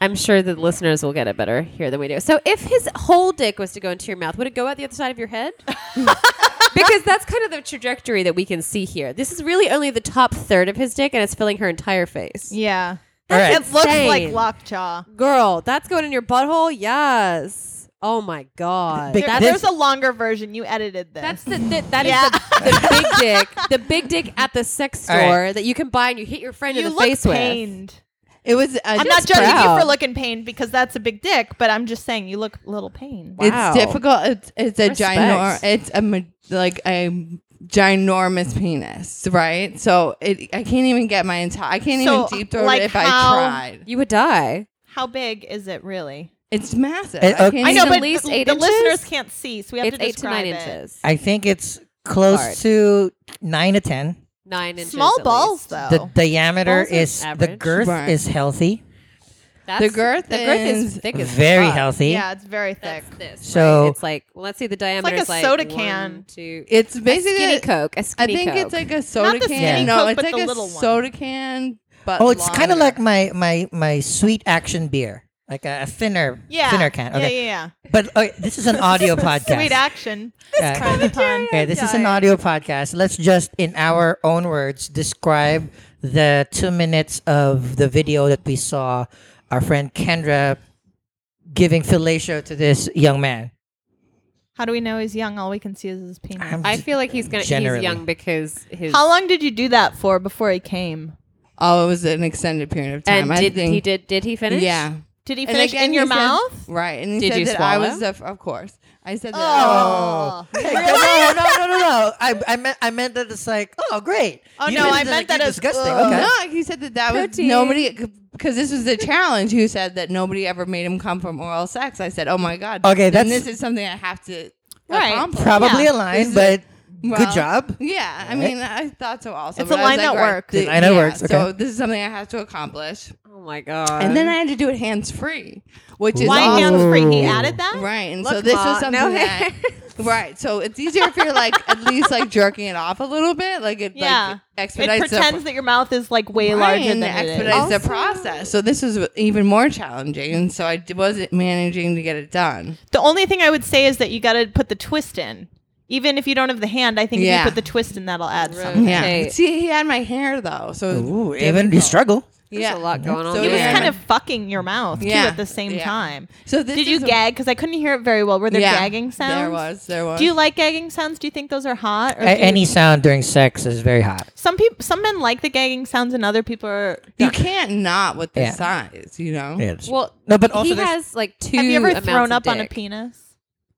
Speaker 2: I'm sure the listeners will get it better here than we do. So if his whole dick was to go into your mouth, would it go out the other side of
Speaker 1: [LAUGHS]
Speaker 2: your head? because that's kind of the trajectory that we can see here. This is really only the top third of his dick and it's filling her entire face.
Speaker 1: Yeah.
Speaker 3: All right.
Speaker 1: It looks like
Speaker 2: Insane.
Speaker 1: lockjaw.
Speaker 2: Girl, that's going in your butthole? Yes. Oh my god.
Speaker 3: Big-
Speaker 1: There-
Speaker 2: That's-
Speaker 3: this-
Speaker 1: there's a longer version. You edited this.
Speaker 2: That's the, the that is
Speaker 1: Yeah. [LAUGHS]
Speaker 2: the, the big dick, the big dick at the sex
Speaker 3: All
Speaker 2: store
Speaker 3: right.
Speaker 2: that you can buy and you hit your friend
Speaker 1: you
Speaker 2: in the
Speaker 1: look
Speaker 2: face with.
Speaker 1: pained.
Speaker 4: It was. i
Speaker 1: I'm not judging
Speaker 2: proud.
Speaker 1: you for looking pained because that's a big dick, but I'm just saying you look a little pained.
Speaker 2: Wow.
Speaker 4: It's difficult. It's it's a
Speaker 2: Respect.
Speaker 4: ginor. It's a ma- like a ginormous penis, right? So it, I can't even get my entire. I can't
Speaker 1: So,
Speaker 4: even deep throat
Speaker 1: like
Speaker 4: it if
Speaker 1: how-
Speaker 4: I tried.
Speaker 2: You would die.
Speaker 1: How big is it really?
Speaker 4: It's massive.
Speaker 3: It-
Speaker 4: I,
Speaker 3: uh,
Speaker 4: can't
Speaker 1: I know,
Speaker 4: even-
Speaker 1: but
Speaker 2: least
Speaker 1: the,
Speaker 2: eight
Speaker 1: the
Speaker 2: inches?
Speaker 1: listeners can't see, so we have
Speaker 2: It's
Speaker 1: to
Speaker 2: eight to
Speaker 1: describe
Speaker 2: nine
Speaker 1: it.
Speaker 2: inches.
Speaker 3: I think it's close
Speaker 2: Hard.
Speaker 3: to nine to ten.
Speaker 2: Nine inches.
Speaker 1: Small
Speaker 2: at
Speaker 1: balls,
Speaker 2: least.
Speaker 1: though.
Speaker 3: The diameter
Speaker 2: Balls are
Speaker 3: is the
Speaker 2: average.
Speaker 3: girth
Speaker 4: Right.
Speaker 3: is healthy,
Speaker 2: That's-
Speaker 4: girth
Speaker 2: The girth is
Speaker 4: is
Speaker 2: thick as
Speaker 3: very
Speaker 2: fuck.
Speaker 3: healthy.
Speaker 1: Yeah, it's very thick.
Speaker 2: That's this. So
Speaker 3: So-
Speaker 2: it's like, well, let's see. The diameter
Speaker 1: like a
Speaker 2: is like
Speaker 1: soda
Speaker 2: one,
Speaker 1: can.
Speaker 2: two.
Speaker 4: it's
Speaker 2: a
Speaker 4: basically.
Speaker 2: skinny coke. A
Speaker 4: I
Speaker 2: skinny
Speaker 4: think
Speaker 2: coke.
Speaker 4: it's like a soda
Speaker 1: the
Speaker 4: can.
Speaker 3: skinny
Speaker 4: No,
Speaker 1: Coke,
Speaker 4: it's
Speaker 1: but
Speaker 4: like
Speaker 1: the
Speaker 4: a
Speaker 1: little one.
Speaker 4: soda can. But
Speaker 3: Oh, it's kind of
Speaker 4: longer.
Speaker 3: like my my my sweet action beer, like a, a thinner
Speaker 1: Yeah.
Speaker 3: thinner can.
Speaker 1: Yeah,
Speaker 3: Okay,
Speaker 1: yeah,
Speaker 3: but okay, this is an audio podcast.
Speaker 1: yeah. [LAUGHS] Sweet
Speaker 3: [LAUGHS]
Speaker 1: action.
Speaker 3: Yeah.
Speaker 1: Private pun.
Speaker 3: Okay, this is an audio podcast. Let's just, in our own words, describe the two minutes of the video that we saw our friend Kendra giving fellatio to this young man.
Speaker 1: How do we know he's young? All we can see is his penis.
Speaker 3: I'm
Speaker 2: I
Speaker 3: j- [LAUGHS]
Speaker 2: feel like he's gonna
Speaker 3: Generally.
Speaker 2: he's young because his
Speaker 1: How long did you do that for before he came?
Speaker 4: Oh, it was an extended period of time.
Speaker 2: and
Speaker 4: I
Speaker 2: did
Speaker 4: think,
Speaker 2: he did did he finish?
Speaker 4: Yeah.
Speaker 1: Did he
Speaker 4: And
Speaker 1: finish
Speaker 4: again,
Speaker 1: in your
Speaker 4: he said-
Speaker 1: mouth?
Speaker 4: Right. And he
Speaker 2: Did
Speaker 4: said
Speaker 2: you
Speaker 4: that I
Speaker 2: swallow?
Speaker 4: was, the, of course. I said that.
Speaker 1: Oh.
Speaker 3: Hey, no, no, no, no, no, no. I, I meant I meant that it's like, oh, great.
Speaker 1: Oh,
Speaker 3: You
Speaker 1: no,
Speaker 3: meant
Speaker 1: I
Speaker 3: it's
Speaker 1: meant that uh,
Speaker 3: you're
Speaker 1: it's-
Speaker 3: disgusting.
Speaker 1: ugh.
Speaker 3: okay.
Speaker 4: No, he said that that was
Speaker 2: Protein.
Speaker 4: nobody because this was the challenge. Who said that nobody ever made him come from oral sex? I said, oh my god.
Speaker 3: Okay,
Speaker 4: then
Speaker 3: that's-
Speaker 4: this is something I have to
Speaker 1: Right.
Speaker 4: accomplish.
Speaker 3: Probably
Speaker 1: Yeah.
Speaker 3: a line,
Speaker 4: Is
Speaker 3: but
Speaker 4: it- Well,
Speaker 3: good job.
Speaker 4: Yeah, I
Speaker 3: Right.
Speaker 4: mean, I thought so also.
Speaker 1: It's
Speaker 4: but
Speaker 1: a
Speaker 4: I was
Speaker 1: line that
Speaker 4: all
Speaker 1: works.
Speaker 4: th-
Speaker 3: The line that works,
Speaker 4: So
Speaker 3: okay.
Speaker 4: this is something I have to accomplish,
Speaker 2: Oh my god.
Speaker 4: and then I had to do it hands free, which is
Speaker 1: Why
Speaker 4: also-
Speaker 1: hands free? He
Speaker 3: Ooh.
Speaker 1: added that?
Speaker 4: right. And so
Speaker 2: Look,
Speaker 4: this
Speaker 2: Ma,
Speaker 4: was something
Speaker 2: no
Speaker 4: that. [LAUGHS] Right, so it's easier if you're like at least like jerking it off a little bit, like it
Speaker 1: Yeah.
Speaker 4: like
Speaker 1: It
Speaker 4: expedites the-
Speaker 1: pretends that your mouth is like way
Speaker 4: Right,
Speaker 1: larger
Speaker 4: and
Speaker 1: than
Speaker 4: it
Speaker 1: it
Speaker 4: expedites
Speaker 1: is. Oh.
Speaker 4: the process. So this was even more challenging, and so I d- wasn't managing to get it done.
Speaker 1: The only thing I would say is that you got to put the twist in. Even if you don't have the hand, I think
Speaker 4: Yeah.
Speaker 1: if you put the twist in, that'll add
Speaker 2: Right.
Speaker 1: something.
Speaker 4: Yeah,
Speaker 2: Okay.
Speaker 4: see, he had my hair though, so it was
Speaker 3: Ooh, even you
Speaker 4: difficult.
Speaker 3: struggle.
Speaker 2: There's
Speaker 4: Yeah,
Speaker 2: a lot going on.
Speaker 4: So
Speaker 1: It was
Speaker 2: there.
Speaker 1: kind of fucking your mouth
Speaker 4: Yeah.
Speaker 1: too at the same
Speaker 4: Yeah.
Speaker 1: time.
Speaker 4: So this
Speaker 1: Did you
Speaker 4: is a-
Speaker 1: gag? Because I couldn't hear it very well. Were there
Speaker 4: Yeah.
Speaker 1: gagging sounds?
Speaker 4: There was. There was.
Speaker 1: Do you like gagging sounds? Do you think those are hot? Or
Speaker 3: A-
Speaker 1: do you-
Speaker 3: any sound during sex is very hot.
Speaker 1: some people, some men like the gagging sounds, and other people are.
Speaker 4: You can't not with the
Speaker 3: Yeah.
Speaker 4: size, you know.
Speaker 3: Yes.
Speaker 2: well
Speaker 3: No, but also
Speaker 2: he
Speaker 3: there's-
Speaker 2: has like two
Speaker 1: Have you ever
Speaker 2: amounts
Speaker 1: thrown
Speaker 2: of
Speaker 1: up on a
Speaker 2: dick.
Speaker 1: penis?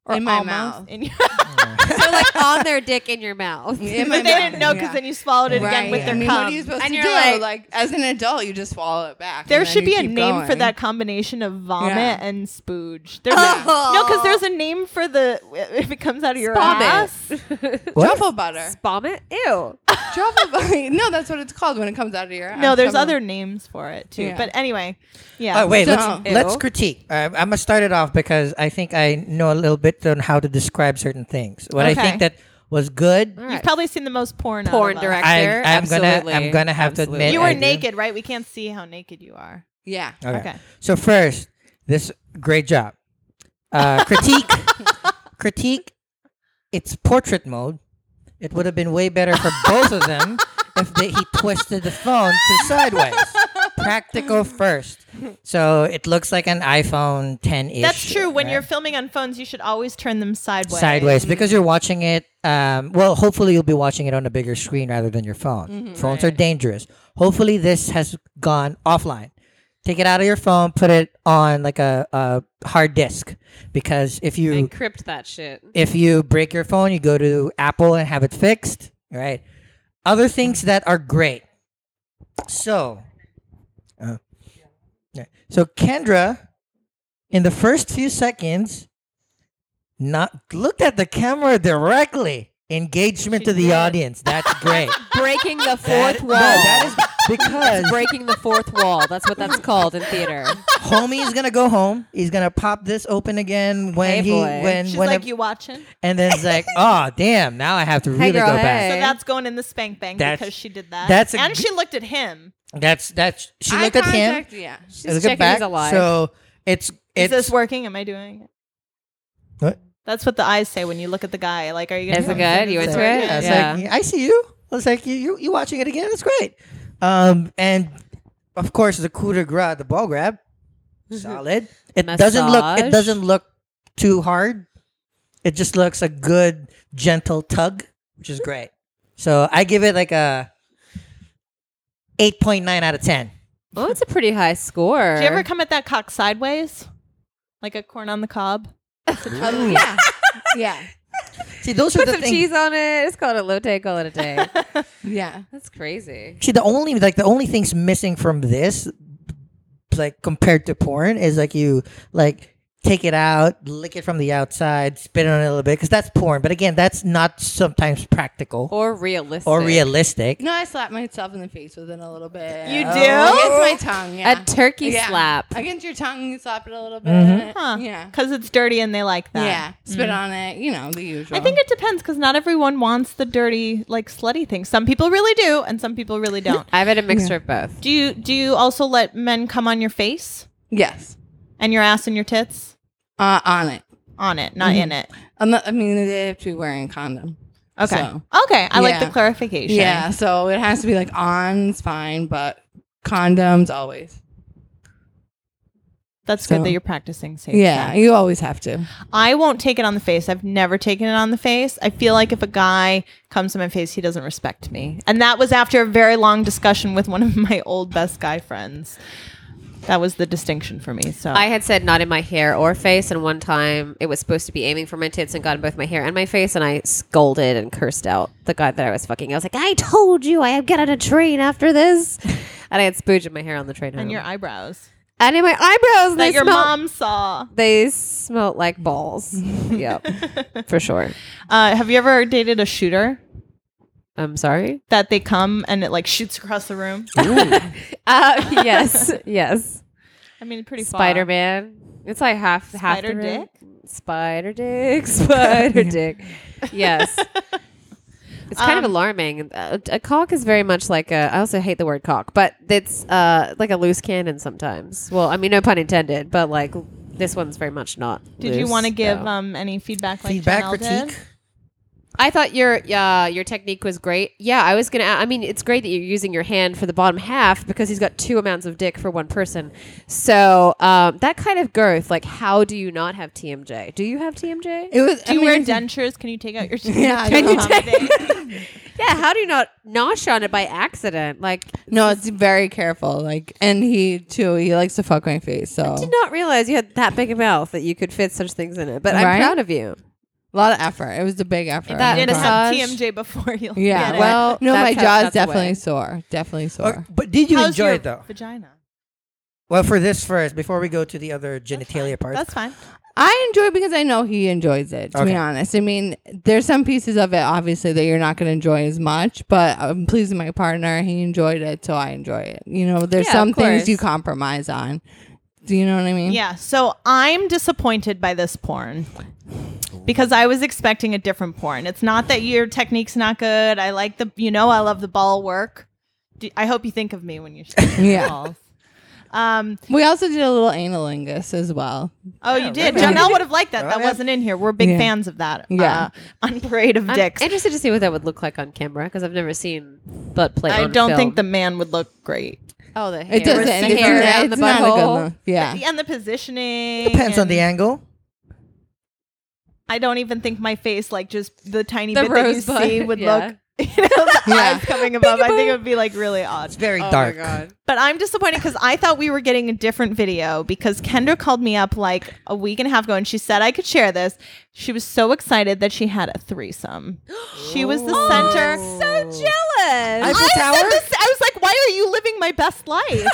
Speaker 4: In my
Speaker 1: almost?
Speaker 4: mouth. [LAUGHS]
Speaker 1: In your-
Speaker 2: so like on their dick in your mouth.
Speaker 4: In
Speaker 1: [LAUGHS]
Speaker 4: my
Speaker 1: but they didn't
Speaker 4: mouth,
Speaker 1: know because
Speaker 4: yeah.
Speaker 1: then you swallowed it
Speaker 4: Right.
Speaker 1: again with
Speaker 4: I
Speaker 1: their
Speaker 4: mean,
Speaker 1: cum.
Speaker 4: What are you supposed
Speaker 2: And
Speaker 4: to
Speaker 2: you're
Speaker 4: do?
Speaker 2: like-
Speaker 4: Like, as an adult, you just swallow it back.
Speaker 1: There
Speaker 4: and then
Speaker 1: should
Speaker 4: you
Speaker 1: be a
Speaker 4: keep
Speaker 1: name for
Speaker 4: going.
Speaker 1: that combination of vomit
Speaker 4: Yeah.
Speaker 1: and spooge. There's
Speaker 4: [LAUGHS]
Speaker 2: Oh.
Speaker 1: no, because there's a name for the if it comes out of your ass.
Speaker 2: Spomit.
Speaker 3: What?
Speaker 1: [LAUGHS]
Speaker 4: Truffle butter.
Speaker 2: Spomit. Ew.
Speaker 4: Truffle butter. [LAUGHS] No, that's what it's called when it comes out of your.
Speaker 1: No,
Speaker 4: ass.
Speaker 1: there's
Speaker 4: Truffle-
Speaker 1: other names for it too.
Speaker 4: Yeah.
Speaker 1: But anyway, yeah.
Speaker 3: Oh, wait,
Speaker 4: So-
Speaker 3: let's, let's
Speaker 2: Ew.
Speaker 3: critique. Uh, I'm gonna start it off because I think I know a little bit on how to describe certain things. What
Speaker 1: Okay.
Speaker 3: I think that was good,
Speaker 2: All
Speaker 1: You've
Speaker 2: right.
Speaker 1: probably seen the most porn. out
Speaker 2: Porn
Speaker 1: of us.
Speaker 2: direct-
Speaker 3: I,
Speaker 2: Actor,
Speaker 3: I'm gonna
Speaker 2: absolutely.
Speaker 3: I'm gonna have
Speaker 2: Absolutely.
Speaker 3: to admit
Speaker 1: You
Speaker 3: I
Speaker 1: were
Speaker 3: do.
Speaker 1: naked, right? We can't see how naked you are.
Speaker 4: Yeah.
Speaker 3: Okay.
Speaker 1: Okay.
Speaker 3: So first, this great job. Uh, critique, critique. It's portrait mode. It would have been way better for both of them if they, he twisted the phone to sideways. Practical first. So it looks like an iPhone 10 ish.
Speaker 1: That's true. When you're filming on phones, you should always turn them sideways.
Speaker 3: sideways because you're watching it um, well hopefully you'll be watching it on a bigger screen rather than your phone phones are dangerous hopefully this has gone offline take it out of your phone put it on like a, a hard disk because if you
Speaker 2: Encrypt that shit.
Speaker 3: if you break your phone you go to apple and have it fixed right other things that are great so uh, yeah. so kendra in the first few seconds not looked at the camera directly engagement
Speaker 1: She
Speaker 3: to the
Speaker 1: did.
Speaker 3: audience that's great
Speaker 2: Breaking the
Speaker 3: That-
Speaker 2: fourth
Speaker 3: no,
Speaker 2: wall.
Speaker 3: that is because
Speaker 2: breaking the fourth wall. That's what that's called in theater.
Speaker 3: homie is gonna go home he's gonna pop this open again when
Speaker 2: Hey,
Speaker 3: he
Speaker 2: boy.
Speaker 3: when
Speaker 1: She's
Speaker 3: when
Speaker 1: like,
Speaker 3: it-
Speaker 1: "You watching?"
Speaker 3: and then it's like oh damn now i have to really
Speaker 2: girl,
Speaker 3: go back
Speaker 1: So
Speaker 2: Okay.
Speaker 1: that's going in the spank bank
Speaker 3: Eh? That's-
Speaker 1: because she did that.
Speaker 3: that's a
Speaker 1: and
Speaker 3: g-
Speaker 1: she looked at him.
Speaker 3: That's that's she
Speaker 4: Eye
Speaker 3: looked at him.
Speaker 4: contact, Yeah.
Speaker 2: She's
Speaker 3: looked
Speaker 2: checking he's alive.
Speaker 3: So it's
Speaker 1: Is
Speaker 3: it's
Speaker 1: this working? Am I doing it?
Speaker 3: What?
Speaker 1: That's what the eyes say when you look at the guy. Like, are you gonna
Speaker 2: Is it
Speaker 1: do something?
Speaker 2: good? You
Speaker 1: It's
Speaker 2: into
Speaker 1: like,
Speaker 2: it?
Speaker 1: yeah.
Speaker 3: it's
Speaker 2: Yeah.
Speaker 3: like, I see you. I was like you you you watching it again. That's great. Um and of course the coup de grace, the ball
Speaker 2: [LAUGHS]
Speaker 3: grab, solid. It doesn't look it
Speaker 2: Massage.
Speaker 3: doesn't look too hard. It just looks a good gentle tug, which is great. So I give it like a eight point nine out of ten.
Speaker 2: Oh, it's a pretty high score.
Speaker 1: Do you ever come at that cock sideways, like a corn on the cob?
Speaker 4: Um, yeah. Yeah.
Speaker 3: See, those are
Speaker 2: put
Speaker 3: the
Speaker 2: some
Speaker 3: things.
Speaker 2: cheese on it? It's called a lotte. Call it a day.
Speaker 4: Yeah.
Speaker 2: [LAUGHS] that's crazy.
Speaker 3: See, the only like the only things missing from this, like compared to porn, is like you like take it out, lick it from the outside, spit on it a little bit, because that's porn. But again, that's not sometimes practical
Speaker 2: Or realistic.
Speaker 3: or realistic.
Speaker 4: [LAUGHS] No, I slapped myself in the face with it a little bit. Oh.
Speaker 1: You do?
Speaker 3: Oh.
Speaker 4: Against my tongue, yeah.
Speaker 2: A turkey
Speaker 4: Yeah.
Speaker 2: slap.
Speaker 4: Against your tongue, you slap it a little bit.
Speaker 1: Mm-hmm. Huh?
Speaker 4: Yeah.
Speaker 1: Because it's dirty and they like that. Mm-hmm.
Speaker 4: Yeah. Spit on it. You know, the usual.
Speaker 1: I think it depends because not everyone wants the dirty, like slutty thing. Some people really do, and some people really
Speaker 3: [LAUGHS]
Speaker 1: don't.
Speaker 2: I've had a mixture of both.
Speaker 1: Do you do you also let men come on your face
Speaker 4: Yes.
Speaker 1: and your ass and your tits
Speaker 4: Uh, on it.
Speaker 1: on it, not in it?
Speaker 4: Mm-hmm. i I mean, they have to be wearing a condom.
Speaker 1: Okay.
Speaker 4: So-
Speaker 1: Okay. I like the
Speaker 4: Yeah.
Speaker 1: clarification.
Speaker 4: Yeah, so it has to be like on, it's fine, but condoms always.
Speaker 1: That's
Speaker 4: So-
Speaker 1: good that you're practicing safe.
Speaker 4: Yeah,
Speaker 1: sex.
Speaker 4: you always have to.
Speaker 1: I won't take it on the face. I've never taken it on the face. I feel like if a guy comes to my face, he doesn't respect me. And that was after a very long discussion with one of [LAUGHS] my old best guy friends. That was the distinction for me. So
Speaker 2: I had said not in my hair or face, and one time it was supposed to be aiming for my tits and got in both my hair and my face, and I scolded and cursed out the guy that I was fucking. I was like, I told you I get on a train
Speaker 1: [LAUGHS]
Speaker 2: after this. And I had spooge in my hair on the train home.
Speaker 1: and your eyebrows
Speaker 2: and in my eyebrows, and
Speaker 1: that
Speaker 2: they
Speaker 1: your
Speaker 2: smelled,
Speaker 1: mom saw.
Speaker 2: They smelled like
Speaker 1: [LAUGHS]
Speaker 2: balls. yep, for sure.
Speaker 1: Uh, have you ever dated a shooter
Speaker 2: I'm sorry.
Speaker 1: that they come and it like shoots across the room?
Speaker 2: Uh,
Speaker 1: [LAUGHS]
Speaker 2: yes, yes.
Speaker 1: I mean, pretty far.
Speaker 2: Spider Man. It's like half half the
Speaker 1: Spider
Speaker 2: room.
Speaker 1: dick? [LAUGHS]
Speaker 2: Spider dick, [LAUGHS] spider dick. Yes. It's kind of
Speaker 1: Um,
Speaker 2: alarming. A, a cock is very much like a. I also hate the word cock, but it's uh, like a loose cannon sometimes. Well, I mean, no pun intended, but like this one's very much not.
Speaker 1: Did you
Speaker 2: loose,
Speaker 1: want to give
Speaker 2: so.
Speaker 1: um, any feedback? Like
Speaker 3: Feedback
Speaker 1: Janelle did?
Speaker 3: critique.
Speaker 2: I thought your uh, your technique was great. Yeah, I was gonna. a- I mean, it's great that you're using your hand for the bottom half because he's got two amounts of dick for one person. So um, that kind of girth, like, how do you not have TMJ? Do you have TMJ?
Speaker 4: It was
Speaker 1: Do you
Speaker 4: I mean,
Speaker 1: wear
Speaker 4: it's-
Speaker 1: dentures? Can you take out your teeth?
Speaker 4: [LAUGHS] Yeah,
Speaker 1: [LAUGHS]
Speaker 4: I
Speaker 1: Can
Speaker 4: know.
Speaker 1: you take-
Speaker 2: yeah, how do you not nosh on it by accident? Like,
Speaker 4: No, it's very careful. Like and he too, he likes to fuck my face. So
Speaker 3: Oh.
Speaker 2: I did not realize you had that big a mouth that you could fit such things in it. But I'm
Speaker 4: Right?
Speaker 2: proud of you.
Speaker 4: a lot of effort. It was a big effort.
Speaker 2: That
Speaker 4: I'm
Speaker 1: did
Speaker 4: not
Speaker 2: massage-
Speaker 4: gonna-
Speaker 1: have TMJ before you.
Speaker 4: yeah.
Speaker 1: get it.
Speaker 4: Well,
Speaker 2: Well,
Speaker 4: no,
Speaker 2: that's
Speaker 4: my
Speaker 2: how-
Speaker 4: jaw's
Speaker 2: that's the
Speaker 4: definitely
Speaker 2: way.
Speaker 4: sore. Definitely sore.
Speaker 3: Okay, but did you
Speaker 1: How's
Speaker 3: enjoy
Speaker 1: your
Speaker 3: it though?
Speaker 1: Vagina.
Speaker 3: Well, for this first, before we go to the other genitalia part,
Speaker 1: That's fine.
Speaker 4: I enjoy it because I know he enjoys it. To
Speaker 3: Okay.
Speaker 4: be honest, I mean, there's some pieces of it obviously that you're not going to enjoy as much, but I'm pleasing my partner. He enjoyed it, so I enjoy it. You know, there's
Speaker 2: Yeah,
Speaker 4: some
Speaker 2: of
Speaker 4: things
Speaker 2: course.
Speaker 4: you compromise on. Do you know what I mean?
Speaker 1: Yeah. So I'm disappointed by this porn because I was expecting a different porn. It's not that your technique's not good. I like the, you know, I love the ball work. Do, I hope you think of me when you shoot
Speaker 4: Yeah.
Speaker 1: balls. Um,
Speaker 4: We also did a little analingus as well.
Speaker 1: oh, you did.
Speaker 3: really?
Speaker 1: Janelle would have liked that. That
Speaker 3: Yeah.
Speaker 1: wasn't in here. We're big
Speaker 4: Oh, Yeah.
Speaker 1: fans of that.
Speaker 4: Yeah.
Speaker 1: Uh, on Parade of
Speaker 2: I'm
Speaker 1: Dicks.
Speaker 2: interested to see what that would look like on camera because I've never seen butt play.
Speaker 1: I
Speaker 2: on
Speaker 1: don't
Speaker 2: film.
Speaker 1: think the man would look great.
Speaker 2: oh the hair.
Speaker 4: It doesn't.
Speaker 2: the
Speaker 4: it's
Speaker 2: hair
Speaker 4: not-
Speaker 2: and the
Speaker 4: it's not a good
Speaker 2: butthole.
Speaker 4: look. Yeah.
Speaker 1: And the positioning.
Speaker 3: depends on
Speaker 1: and-
Speaker 3: the angle.
Speaker 1: I don't even think my face, like just the tiny
Speaker 2: The
Speaker 1: bit that you
Speaker 2: rosebud,
Speaker 1: see, would
Speaker 2: [LAUGHS] yeah.
Speaker 1: look. [LAUGHS] You know, the
Speaker 4: Yeah.
Speaker 1: eyes coming above. I think it would be like really odd.
Speaker 3: It's
Speaker 4: Oh
Speaker 3: very
Speaker 2: Oh
Speaker 3: dark.
Speaker 1: But I'm disappointed because I thought we were getting a different video because Kendra called me up like a week and a half ago and she said I could share this. She was so excited that she had a threesome. She was the
Speaker 2: Oh.
Speaker 1: center.
Speaker 2: So jealous.
Speaker 1: I, said this, I was like, why are you living my best life?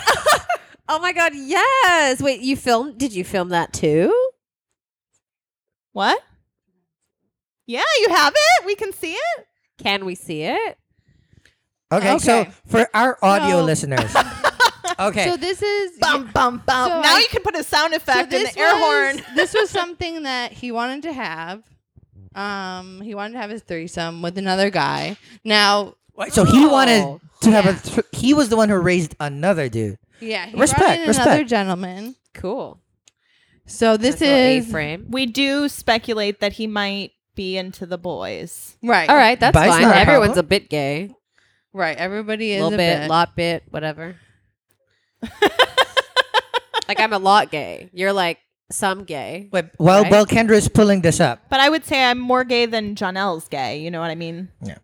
Speaker 2: Oh my god, yes. Wait, you filmed did you film that too?
Speaker 1: what? Yeah, you have it. We can see it.
Speaker 2: Can we see it?
Speaker 3: Okay, so
Speaker 4: Oh. Okay.
Speaker 3: for our audio
Speaker 1: [LAUGHS]
Speaker 4: So-
Speaker 3: listeners, okay,
Speaker 4: So this is
Speaker 1: Bum bum bum.
Speaker 4: So
Speaker 1: now
Speaker 4: I-
Speaker 1: you can put a sound
Speaker 4: so
Speaker 1: effect in
Speaker 4: this
Speaker 1: the air
Speaker 4: was-
Speaker 1: horn.
Speaker 4: [LAUGHS] this was something that he wanted to have. Um, he wanted to have his threesome with another guy. Now,
Speaker 3: Wait, so he
Speaker 2: Oh.
Speaker 3: wanted to have
Speaker 4: Yeah.
Speaker 3: a. Th- he was the one who raised another dude.
Speaker 4: yeah, he brought
Speaker 3: Respect,
Speaker 4: in another
Speaker 3: respect.
Speaker 4: gentleman.
Speaker 2: Cool.
Speaker 4: So this is
Speaker 2: frame.
Speaker 1: We do speculate that he might be into the boys.
Speaker 4: right.
Speaker 2: All right, that's
Speaker 3: But it's
Speaker 2: fine.
Speaker 3: not a
Speaker 2: Everyone's
Speaker 3: problem.
Speaker 2: a bit gay.
Speaker 4: right. Everybody
Speaker 2: A
Speaker 4: is
Speaker 2: little
Speaker 4: a
Speaker 2: bit,
Speaker 4: bit.
Speaker 2: lot bit, whatever. [LAUGHS] like I'm a lot gay. You're like some gay.
Speaker 3: Wait, well,
Speaker 2: Right.
Speaker 3: well, Kendra is pulling this up.
Speaker 1: But I would say I'm more gay than Jonelle's gay. You know what I mean?
Speaker 3: Yeah.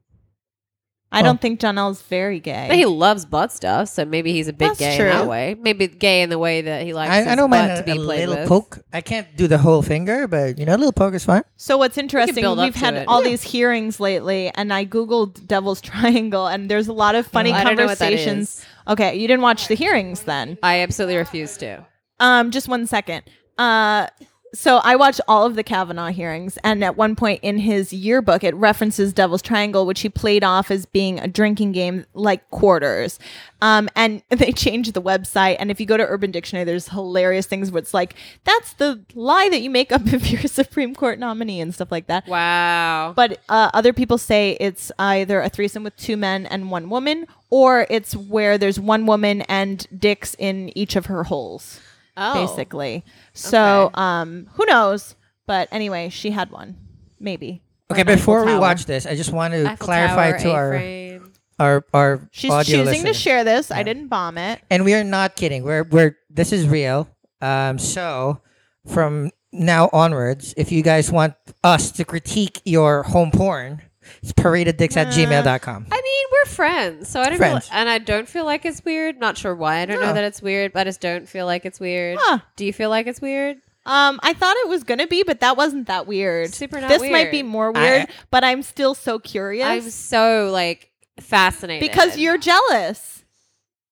Speaker 1: I
Speaker 3: Well-
Speaker 1: don't think Jonelle's very gay.
Speaker 2: But he loves butt stuff, so maybe he's a bit
Speaker 1: That's
Speaker 2: gay
Speaker 1: true.
Speaker 2: in that way. Maybe gay in the way that he likes
Speaker 3: I, I
Speaker 2: his
Speaker 3: don't mind
Speaker 2: butt
Speaker 3: a,
Speaker 2: to be
Speaker 3: a
Speaker 2: played
Speaker 3: little
Speaker 2: with.
Speaker 3: poke. I can't do the whole finger, but you know, a little poke is fine.
Speaker 1: so what's interesting,
Speaker 2: build up
Speaker 1: we've
Speaker 2: to
Speaker 1: had
Speaker 2: it.
Speaker 1: all these hearings lately, and I googled Devil's [LAUGHS] Triangle, and there's a lot of funny
Speaker 2: I don't know what that
Speaker 1: conversations. Okay, you didn't watch the hearings then.
Speaker 2: I absolutely refuse to.
Speaker 1: Um, just one second. Uh, so I watched all of the Kavanaugh hearings, and at one point in his yearbook, it references Devil's Triangle, which he played off as being a drinking game like quarters. Um, and [LAUGHS] they changed the website. And if you go to Urban Dictionary, there's hilarious things where it's like, that's the lie that you make up [LAUGHS] if you're a Supreme Court nominee and stuff like that.
Speaker 2: Wow.
Speaker 1: But uh, other people say it's either a threesome with two men and one woman, or it's where there's one woman and dicks in each of her holes
Speaker 2: oh.
Speaker 1: basically. So
Speaker 2: Okay.
Speaker 1: um, who knows? But anyway, she had one, maybe.
Speaker 3: Okay,
Speaker 1: an Eiffel
Speaker 3: before we
Speaker 1: Tower.
Speaker 3: watch this, I just want to clarify to our, our our
Speaker 1: She's
Speaker 3: audio
Speaker 1: choosing to
Speaker 3: listeners.
Speaker 1: share this. I
Speaker 3: Yeah.
Speaker 1: didn't bomb it.
Speaker 3: and we are not kidding. We're we're this is real. Um, so from now onwards, if you guys want us to critique your home porn, it's paradedicks at
Speaker 1: Uh,
Speaker 3: gmail.com.
Speaker 2: I mean, we're friends, so I don't
Speaker 3: Friends.
Speaker 2: feel, and I don't feel like it's weird. Not sure why. I don't
Speaker 3: No.
Speaker 2: know that it's weird, but I just don't feel like it's weird.
Speaker 1: Huh.
Speaker 2: Do you feel like it's weird?
Speaker 1: Um, I thought it was gonna be, but that wasn't that weird.
Speaker 2: Super not
Speaker 1: this might
Speaker 2: weird.
Speaker 1: be more weird, but I'm still so
Speaker 2: I'm
Speaker 1: curious
Speaker 2: so like fascinated
Speaker 1: because you're jealous.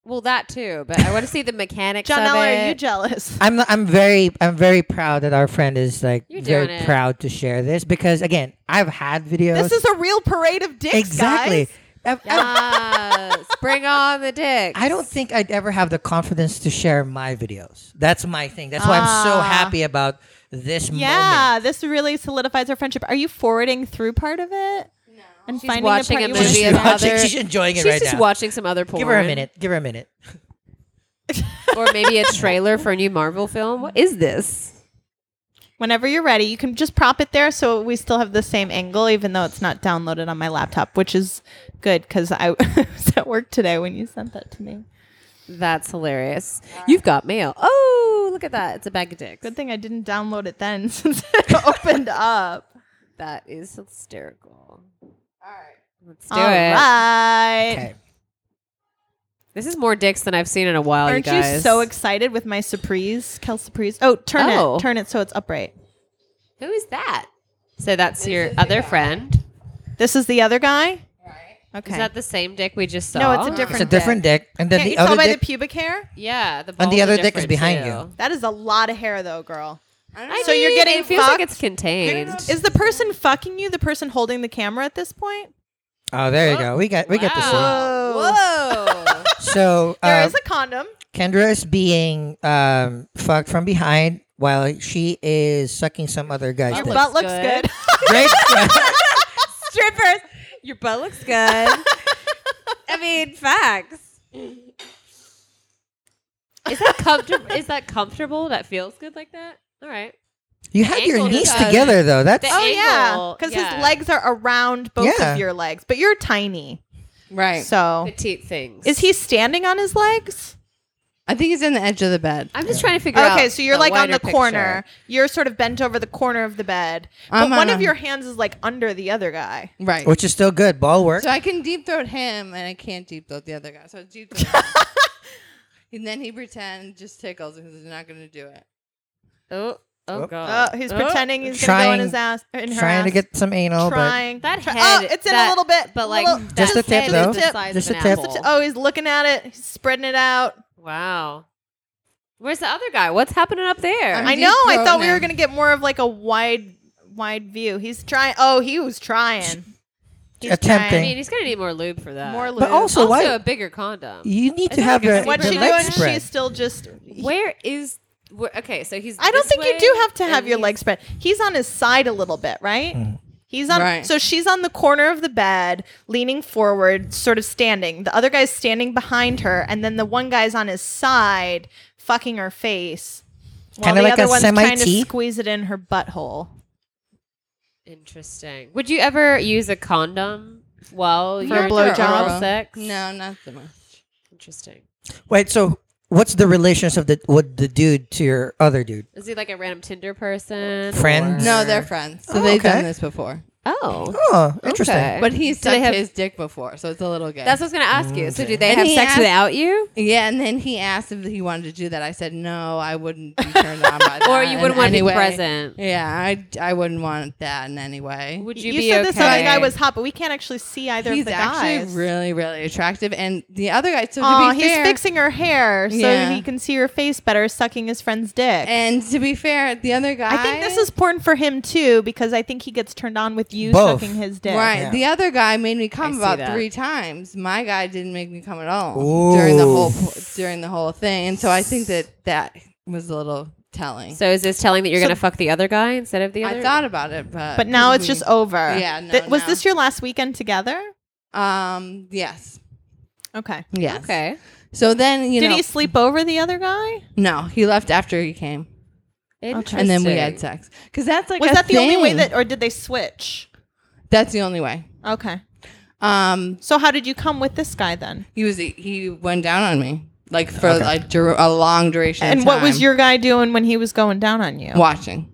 Speaker 2: well that too, but I want to see the mechanics.
Speaker 1: John
Speaker 2: of
Speaker 1: Eller,
Speaker 2: it.
Speaker 1: are you jealous?
Speaker 3: I'm I'm very I'm very proud that our friend is like
Speaker 2: You're doing
Speaker 3: very
Speaker 2: it.
Speaker 3: proud to share this because again, I've had
Speaker 1: [LAUGHS]
Speaker 3: videos.
Speaker 1: This is a real parade of dicks,
Speaker 3: exactly.
Speaker 1: guys.
Speaker 3: I've- I've-
Speaker 2: Yes, bring on the dick.
Speaker 3: Oh. I don't think I'd ever have the confidence to share my videos. That's my thing. That's why I'm so
Speaker 1: Ah.
Speaker 3: happy about this
Speaker 1: Yeah,
Speaker 3: moment.
Speaker 1: this really solidifies our friendship. Are you forwarding through part of it? No. And
Speaker 2: She's
Speaker 1: finding
Speaker 2: watching
Speaker 1: the
Speaker 2: a
Speaker 1: part
Speaker 2: movie
Speaker 1: you
Speaker 3: She's,
Speaker 1: want
Speaker 2: and
Speaker 1: to share?
Speaker 3: watching,
Speaker 2: other-
Speaker 3: she's enjoying it
Speaker 2: She's
Speaker 3: right
Speaker 2: just
Speaker 3: now.
Speaker 2: watching some other porn.
Speaker 3: Give her a minute. Give her a minute.
Speaker 2: or
Speaker 3: [LAUGHS]
Speaker 2: maybe a trailer for a new Marvel film. What is this?
Speaker 1: Whenever you're ready, you can just prop it there so we still have the same angle, even though it's not downloaded on my laptop, which is good because I [LAUGHS] was at work today when you sent that to me.
Speaker 2: That's hilarious. You've got mail. Oh, look at that. It's a bag of dicks.
Speaker 1: Good thing I didn't download it then [LAUGHS] since it opened up.
Speaker 2: That is hysterical. All right. Let's do
Speaker 1: All
Speaker 2: it.
Speaker 1: right.
Speaker 3: Okay.
Speaker 2: This is more dicks than I've seen in a while,
Speaker 1: Aren't
Speaker 2: you
Speaker 1: you,
Speaker 2: guys.
Speaker 1: so excited with my surprise, Kel surprise? Oh, turn
Speaker 2: Oh.
Speaker 1: it, turn it so it's upright.
Speaker 2: Who is that? So that's your other friend.
Speaker 1: This is the other guy. Okay.
Speaker 2: Is that the same dick we just saw?
Speaker 1: No, it's a different
Speaker 3: It's a different dick, and then
Speaker 1: Can't you
Speaker 3: the
Speaker 1: tell
Speaker 3: other
Speaker 1: by
Speaker 3: dick.
Speaker 1: the pubic hair?
Speaker 2: Yeah, the
Speaker 3: And the
Speaker 2: balls are
Speaker 3: other dick is
Speaker 2: different,
Speaker 3: behind
Speaker 2: too.
Speaker 3: you.
Speaker 1: That is a lot of hair, though, girl.
Speaker 2: I
Speaker 1: So you're
Speaker 2: mean,
Speaker 1: getting
Speaker 2: it feels
Speaker 1: fucked?
Speaker 2: like it's contained.
Speaker 1: Is the person fucking you the person holding the camera at this point?
Speaker 3: oh, there you go. We got we get the same.
Speaker 2: Whoa. Whoa.
Speaker 3: So
Speaker 1: There
Speaker 3: uh,
Speaker 1: is a condom.
Speaker 3: Kendra is being um, fucked from behind while she is sucking some other guy's
Speaker 1: Your
Speaker 3: dick.
Speaker 1: butt looks
Speaker 2: good.
Speaker 1: good. [LAUGHS]
Speaker 3: Great.
Speaker 2: Strippers. Your butt looks good. [LAUGHS] I mean, facts. Is that comfortable? is that comfortable? That feels good like that? All right.
Speaker 3: you had your
Speaker 2: Ankle
Speaker 3: knees
Speaker 2: hookup.
Speaker 3: together though. That's
Speaker 1: oh yeah,
Speaker 2: angle,
Speaker 1: because
Speaker 2: yeah.
Speaker 1: his legs are around both
Speaker 3: Yeah.
Speaker 1: of your legs, but you're tiny.
Speaker 4: Right.
Speaker 1: So
Speaker 3: Oh.
Speaker 2: Petite things.
Speaker 1: is he standing on his legs?
Speaker 4: I think he's in the edge of the bed.
Speaker 2: I'm just trying to figure out.
Speaker 1: Okay, so you're like on
Speaker 2: wider
Speaker 1: the
Speaker 2: picture.
Speaker 1: corner. You're sort of bent over the corner of the bed, but
Speaker 4: I'm
Speaker 1: one
Speaker 4: on
Speaker 1: of
Speaker 4: a-
Speaker 1: your hands is like under the other guy.
Speaker 4: Right.
Speaker 3: which is still good. Ball work.
Speaker 4: So I can deep throat him, and I can't deep throat the other guy. So I deep throat.
Speaker 3: [LAUGHS]
Speaker 4: him. and then he pretend just tickles because he's not going to do it.
Speaker 2: Oh, oh
Speaker 3: Whoop.
Speaker 2: god.
Speaker 1: Oh, he's
Speaker 2: Oh.
Speaker 1: pretending he's gonna go
Speaker 3: Trying-
Speaker 1: in his ass, in her
Speaker 3: Trying to
Speaker 1: ass.
Speaker 3: get some anal,
Speaker 1: trying.
Speaker 2: That
Speaker 1: Try-
Speaker 2: head-
Speaker 1: oh, it's in
Speaker 2: that-
Speaker 1: a little bit,
Speaker 2: But like
Speaker 1: little-
Speaker 3: Just
Speaker 2: that
Speaker 3: a tip,
Speaker 2: head
Speaker 3: though.
Speaker 2: is the
Speaker 1: Just a
Speaker 2: size of
Speaker 3: tip.
Speaker 2: an
Speaker 3: Just a tip.
Speaker 2: apple.
Speaker 1: Oh, he's looking at it. He's spreading it out.
Speaker 2: Wow. Where's the other guy? What's happening up there?
Speaker 4: I'm
Speaker 1: I
Speaker 4: deep
Speaker 1: know. I
Speaker 4: throating
Speaker 1: thought we
Speaker 4: him.
Speaker 1: were gonna get more of like a wide, wide view. He's trying. Oh, he was trying. He's
Speaker 3: Attempting.
Speaker 2: I mean, he's gonna need more lube for that.
Speaker 1: More
Speaker 2: lube.
Speaker 1: lube.
Speaker 3: but also,
Speaker 2: Also,
Speaker 3: why
Speaker 2: a bigger condom.
Speaker 3: you need to
Speaker 2: It's like
Speaker 3: have
Speaker 2: a-
Speaker 3: your,
Speaker 1: And what's
Speaker 3: your
Speaker 1: she
Speaker 2: leg
Speaker 1: doing?
Speaker 3: legs spread.
Speaker 1: She's still just.
Speaker 2: Where is? Where, okay, so he's.
Speaker 1: I don't
Speaker 2: this
Speaker 1: think
Speaker 2: way,
Speaker 1: you do have to have
Speaker 2: and
Speaker 1: your
Speaker 2: he's-
Speaker 1: legs spread. He's on his side a little bit, right?
Speaker 3: Mm.
Speaker 1: He's on.
Speaker 4: Right.
Speaker 1: So she's on the corner of the bed, leaning forward, sort of standing. The other guy's standing behind her, and then the one guy's on his side, fucking her face, while
Speaker 3: Kinda
Speaker 1: the
Speaker 3: like
Speaker 1: other
Speaker 3: a
Speaker 1: one's trying to
Speaker 3: semi-T?
Speaker 1: squeeze it in her butthole.
Speaker 2: Interesting. Would you ever use a condom while
Speaker 1: For
Speaker 2: you're
Speaker 1: a blowjob?
Speaker 2: doing oral
Speaker 4: Oral.
Speaker 2: sex?
Speaker 4: No, not so much.
Speaker 2: Interesting.
Speaker 3: Wait, so what's the relations of the with the dude to your other dude?
Speaker 2: Is he like a random Tinder person?
Speaker 3: Friends?
Speaker 4: No,
Speaker 2: or-
Speaker 4: they're friends, so
Speaker 3: Oh,
Speaker 4: they've
Speaker 3: okay.
Speaker 4: done this before.
Speaker 2: Oh,
Speaker 3: Oh, interesting.
Speaker 2: Okay.
Speaker 4: But he's
Speaker 2: Do they
Speaker 4: sucked
Speaker 2: have-
Speaker 4: his dick before, so it's a little gay.
Speaker 2: That's what I was gonna ask you.
Speaker 3: Mm.
Speaker 2: So do they
Speaker 4: And
Speaker 2: have
Speaker 4: he
Speaker 2: sex
Speaker 4: asked-
Speaker 2: without you,
Speaker 4: yeah, and then he asked if he wanted to do that. I said no, I wouldn't be turned on by that.
Speaker 2: or you wouldn't
Speaker 4: in
Speaker 2: want to
Speaker 4: any
Speaker 2: be
Speaker 4: way.
Speaker 2: present?
Speaker 4: Yeah, I, I wouldn't want that in any way.
Speaker 2: Would you,
Speaker 1: You
Speaker 2: be
Speaker 1: said
Speaker 2: okay?
Speaker 1: this other guy was hot, but we can't actually see either
Speaker 4: he's
Speaker 1: of the
Speaker 4: actually
Speaker 1: guys.
Speaker 4: really really attractive, and the other guy. So to
Speaker 1: Aw,
Speaker 4: be
Speaker 1: he's
Speaker 4: fair,
Speaker 1: fixing her hair so
Speaker 4: Yeah.
Speaker 1: he can see her face better, sucking his friend's dick.
Speaker 4: and to be fair, the other guy.
Speaker 1: I think this is porn for him too because I think he gets turned on with you
Speaker 3: Both.
Speaker 1: sucking his dick.
Speaker 4: Right.
Speaker 3: Yeah.
Speaker 4: The other guy made me
Speaker 2: I
Speaker 4: come
Speaker 2: see
Speaker 4: about
Speaker 2: that.
Speaker 4: three times. My guy didn't make me come at all during the whole during the whole thing. And so I think that that was a little telling.
Speaker 2: So is this telling that you're
Speaker 1: So-
Speaker 2: gonna fuck the other guy instead of the other?
Speaker 4: I thought about it, but
Speaker 1: But now it's just over.
Speaker 4: Mm-hmm. Yeah, no,
Speaker 1: was
Speaker 4: no.
Speaker 1: this your last weekend together?
Speaker 4: um yes
Speaker 1: Okay.
Speaker 4: yes
Speaker 2: Okay.
Speaker 4: So then you
Speaker 1: Did
Speaker 4: know
Speaker 1: he sleep over the other guy?
Speaker 4: no he left after he came
Speaker 2: Interesting.
Speaker 4: and then we had sex because that's like
Speaker 1: Was
Speaker 4: a
Speaker 1: that the only way
Speaker 4: thing.
Speaker 1: that, or did they switch?
Speaker 4: That's the only way.
Speaker 1: Okay.
Speaker 4: Um,
Speaker 1: So how did you come with this guy then?
Speaker 4: he was he went down on me like for like dur- a long duration. of
Speaker 1: And what was
Speaker 4: time.
Speaker 1: your guy doing when he was going down on you
Speaker 4: watching?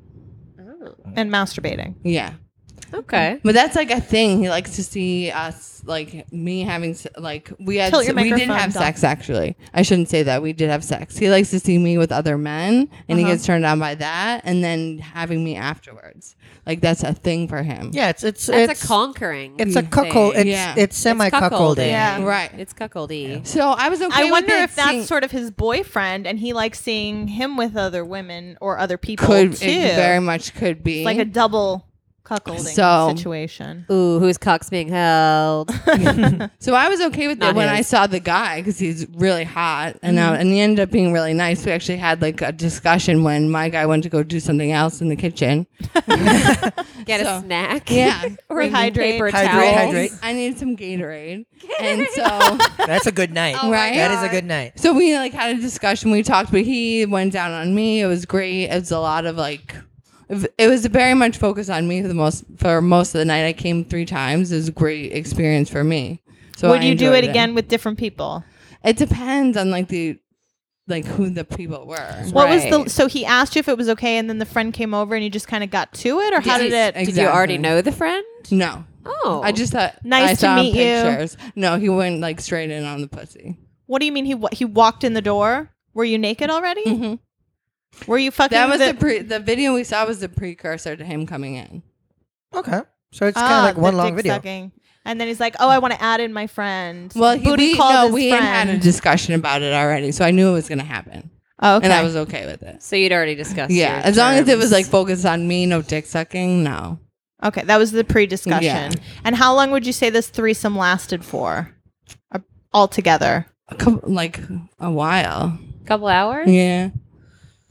Speaker 1: and masturbating?
Speaker 4: Yeah,
Speaker 2: Okay.
Speaker 4: but that's like a thing. He likes to see us like me having s- like we had
Speaker 1: Tilt your
Speaker 4: we did
Speaker 1: microphone,
Speaker 4: have
Speaker 1: Doc.
Speaker 4: sex actually. I shouldn't say that we did have sex. He likes to see me with other men,
Speaker 1: Uh-huh.
Speaker 4: and he gets turned on by that, and then having me afterwards. Like that's a thing for him.
Speaker 3: Yeah, it's it's
Speaker 2: That's
Speaker 3: it's
Speaker 2: a conquering.
Speaker 3: It's a
Speaker 2: thing.
Speaker 3: cuckold. It's
Speaker 4: Yeah.
Speaker 3: it's semi cuckolding.
Speaker 1: Yeah.
Speaker 4: Right.
Speaker 2: It's cuckoldy.
Speaker 4: So I was okay.
Speaker 1: I
Speaker 4: with
Speaker 1: wonder
Speaker 4: it
Speaker 1: if that's
Speaker 4: seeing-
Speaker 1: sort of his boyfriend and he likes seeing him with other women or other people
Speaker 4: could
Speaker 1: too.
Speaker 4: it very much could be
Speaker 1: It's like a double cuckolding
Speaker 4: So-
Speaker 1: situation.
Speaker 2: Ooh, whose cock's being held?
Speaker 4: So I was okay with
Speaker 2: Not
Speaker 4: it when
Speaker 2: his.
Speaker 4: I saw the guy because he's really hot, and
Speaker 1: Mm-hmm.
Speaker 4: uh, and he ended up being really nice. We actually had like a discussion when my guy went to go do something else in the kitchen.
Speaker 2: Get a
Speaker 4: So-
Speaker 2: snack.
Speaker 4: Yeah,
Speaker 2: [LAUGHS] or
Speaker 1: Rehydrate.
Speaker 2: paper
Speaker 3: Hydrate,
Speaker 2: towels.
Speaker 3: hydrate.
Speaker 4: I needed some Gatorade, and
Speaker 1: [LAUGHS]
Speaker 4: so
Speaker 3: That's a good
Speaker 1: Oh
Speaker 3: night.
Speaker 4: my Right?
Speaker 3: That is a good night.
Speaker 4: so we like had a discussion. We talked, but he went down on me. It was great. It was a lot of like. It was very much focused on me for the most for most of the night. I came three times. It was a great experience for me. So
Speaker 1: Would
Speaker 4: I
Speaker 1: you do it
Speaker 4: enjoyed
Speaker 1: again with different people?
Speaker 4: It depends on like the like who the people were.
Speaker 1: What was the
Speaker 2: Right.
Speaker 1: so he asked you if it was okay and then the friend came over and you just kind of got to it or how did
Speaker 4: Yes.
Speaker 1: it
Speaker 2: Did you already
Speaker 4: Exactly.
Speaker 2: know the friend?
Speaker 4: No,
Speaker 2: Oh,
Speaker 4: I just thought
Speaker 1: Nice
Speaker 4: I
Speaker 1: to
Speaker 4: saw
Speaker 1: meet you.
Speaker 4: pictures. No, he went like straight in on the pussy.
Speaker 1: What do you mean he wa- he walked in the door? Were you naked already?
Speaker 4: Mhm.
Speaker 1: Were you fucking
Speaker 4: That was
Speaker 1: the-
Speaker 4: the pre- the video we saw was the precursor to him coming in.
Speaker 3: Okay. So it's kind
Speaker 1: Ah,
Speaker 3: of like
Speaker 1: the
Speaker 3: one long
Speaker 1: dick
Speaker 3: video.
Speaker 1: Sucking. And then he's like, "Oh, I want to add in my friend."
Speaker 4: Well, he,
Speaker 1: booty
Speaker 4: we,
Speaker 1: called
Speaker 4: no,
Speaker 1: his
Speaker 4: we
Speaker 1: friend.
Speaker 4: had had a discussion about it already, so I knew it was going to happen,
Speaker 1: oh, okay.
Speaker 4: and I was okay with it.
Speaker 2: so you'd already discussed.
Speaker 4: Yeah,
Speaker 2: your
Speaker 4: as long as it was
Speaker 2: terms.
Speaker 4: like focused on me, no dick sucking, no.
Speaker 1: okay, that was the pre-discussion.
Speaker 4: Yeah.
Speaker 1: And how long would you say this threesome lasted for, uh, altogether?
Speaker 4: A couple, like a while.
Speaker 2: couple hours.
Speaker 4: Yeah,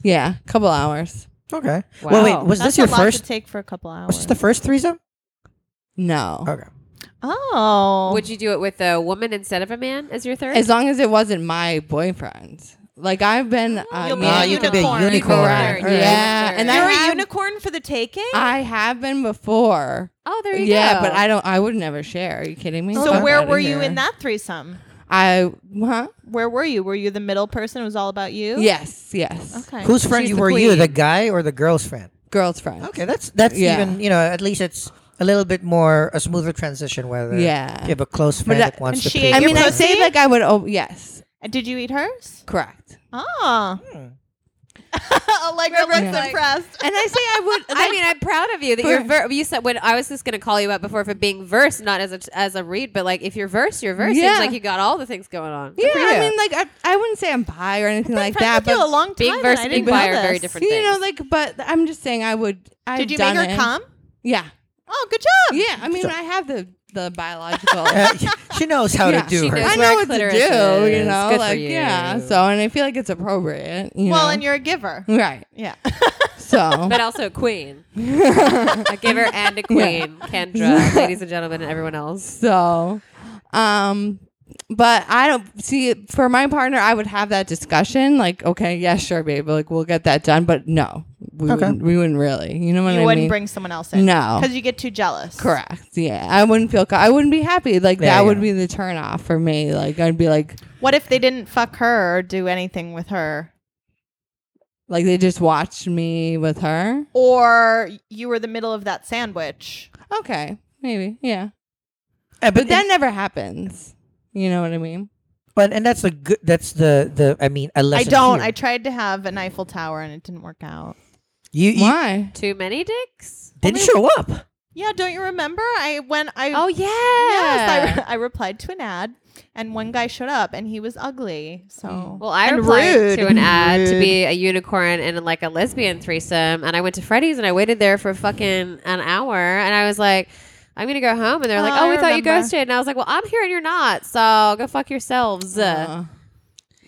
Speaker 4: yeah, a couple hours.
Speaker 3: Okay.
Speaker 2: Wow.
Speaker 3: Well, wait, was
Speaker 1: That's
Speaker 3: this your
Speaker 1: a lot
Speaker 3: first?
Speaker 1: to take for a couple hours?
Speaker 3: Was this the first threesome?
Speaker 4: No,
Speaker 3: Okay.
Speaker 1: oh,
Speaker 2: Would you do it with a woman instead of a man as your third?
Speaker 4: as long as it wasn't my boyfriend. Like I've been, uh,
Speaker 1: Oh, You'll be
Speaker 3: Nah,
Speaker 1: a
Speaker 3: you could be a
Speaker 1: unicorn.
Speaker 3: unicorn.
Speaker 4: Correct.
Speaker 3: All right.
Speaker 4: Yeah,
Speaker 2: Sure.
Speaker 4: and
Speaker 1: You're
Speaker 4: I
Speaker 1: a
Speaker 4: have-
Speaker 1: unicorn for the taking.
Speaker 4: I have been before.
Speaker 2: oh, there you
Speaker 4: Yeah,
Speaker 2: go.
Speaker 4: but I don't. I would never share. Are you kidding me?
Speaker 1: so
Speaker 4: Fuck
Speaker 1: where
Speaker 4: outta
Speaker 1: were you
Speaker 4: here.
Speaker 1: in that threesome?
Speaker 4: I huh?
Speaker 1: Where were you? Were you the middle person? It was all about you.
Speaker 4: Yes, yes.
Speaker 1: Okay.
Speaker 3: Whose friend
Speaker 2: She's
Speaker 3: you
Speaker 2: the
Speaker 3: were you? The
Speaker 2: queen.
Speaker 3: guy or the girl's friend?
Speaker 4: Girls friend.
Speaker 3: Okay, that's that's
Speaker 4: Yeah.
Speaker 3: even you know at least it's a little bit more a smoother transition whether
Speaker 4: Yeah.
Speaker 3: you have a close friend
Speaker 4: that-
Speaker 3: that, wants
Speaker 1: And
Speaker 3: to.
Speaker 1: she
Speaker 3: pay
Speaker 1: ate
Speaker 4: I
Speaker 1: Your
Speaker 4: mean, I
Speaker 1: pussy?
Speaker 4: say like I would. Oh, yes,
Speaker 1: Did you eat hers?
Speaker 4: correct.
Speaker 1: Oh. [LAUGHS] Allegra
Speaker 4: Remember,
Speaker 1: looks
Speaker 4: like-
Speaker 1: impressed.
Speaker 4: And I say I
Speaker 2: [LAUGHS]
Speaker 4: would.
Speaker 2: I mean, I'm proud of you that you're. Ver- you said when I was just going to call you out before for being verse, not as a as a read, but like if you're verse, you're verse.
Speaker 4: Yeah.
Speaker 2: Seems like you got all the things going on.
Speaker 4: yeah,
Speaker 2: For you.
Speaker 4: I mean, like I, I wouldn't say I'm bi or anything like that,
Speaker 1: Friends with you a
Speaker 4: but
Speaker 1: long time.
Speaker 2: Being
Speaker 1: and
Speaker 2: versus
Speaker 1: I
Speaker 2: being
Speaker 1: didn't know
Speaker 2: bi are very
Speaker 1: this.
Speaker 2: different
Speaker 4: you know,
Speaker 2: things.
Speaker 4: like, but I'm just saying I would. I've
Speaker 1: Did you make
Speaker 4: done
Speaker 1: her
Speaker 4: it.
Speaker 1: come?
Speaker 4: Yeah,
Speaker 1: Oh, good job.
Speaker 4: yeah. I mean, I have the the biological.
Speaker 3: [LAUGHS] Uh, she knows how
Speaker 4: Yeah.
Speaker 3: to do
Speaker 2: She
Speaker 3: her.
Speaker 2: knows.
Speaker 4: [LAUGHS] I
Speaker 2: where
Speaker 4: know what to
Speaker 2: clitoris
Speaker 4: do, you
Speaker 2: is.
Speaker 4: know,
Speaker 2: Good for
Speaker 4: like
Speaker 2: you.
Speaker 4: yeah. So, and I feel like it's appropriate. You
Speaker 1: Well,
Speaker 4: know?
Speaker 1: and you're a giver.
Speaker 4: right.
Speaker 1: Yeah.
Speaker 2: [LAUGHS]
Speaker 4: So,
Speaker 2: [LAUGHS] but also a
Speaker 4: [LAUGHS]
Speaker 2: queen, a giver and a queen,
Speaker 4: [LAUGHS]
Speaker 2: Kendra, ladies and gentlemen, and everyone else.
Speaker 4: So, um, but I don't see for my partner, I would have that discussion like, okay, yeah, sure, babe, like we'll get that done, but no, we,
Speaker 3: Okay.
Speaker 4: wouldn't, we wouldn't really, you know what
Speaker 1: you
Speaker 4: I
Speaker 1: wouldn't
Speaker 4: mean?
Speaker 1: bring someone else in.
Speaker 4: No.
Speaker 1: Because you get too jealous.
Speaker 4: Correct. Yeah, I wouldn't feel. co- I wouldn't be happy. Like
Speaker 3: There
Speaker 4: that
Speaker 3: you
Speaker 4: would
Speaker 3: go.
Speaker 4: be the turn off for me. Like I'd be like,
Speaker 1: What if they didn't fuck her or do anything with her?
Speaker 4: like they just watched me with her.
Speaker 1: Or you were the middle of that sandwich.
Speaker 4: Okay, maybe, yeah.
Speaker 3: Uh,
Speaker 4: But that never happens. You know what I mean?
Speaker 3: but and that's a good. That's the the. I mean, a
Speaker 1: I
Speaker 3: lesson
Speaker 1: don't.
Speaker 3: here.
Speaker 1: I tried to have an Eiffel Tower and it didn't work out.
Speaker 3: you you
Speaker 4: Why?
Speaker 2: Too many dicks?
Speaker 3: didn't show up.
Speaker 1: Yeah, don't you remember? I when I
Speaker 2: Oh yeah.
Speaker 1: Yes, I, re- I replied to an ad, and one guy showed up, and he was ugly. So
Speaker 2: well, I
Speaker 1: And
Speaker 2: replied
Speaker 1: rude.
Speaker 2: to an ad to be a unicorn and like a lesbian threesome, and I went to Freddy's and I waited there for fucking an hour, and I was like. I'm gonna go home, and they're like,
Speaker 1: Oh,
Speaker 2: "Oh,
Speaker 1: I
Speaker 2: we thought you
Speaker 1: remember.
Speaker 2: ghosted," and I was like, "Well, I'm here and you're not, so go fuck yourselves." Uh,
Speaker 4: Uh,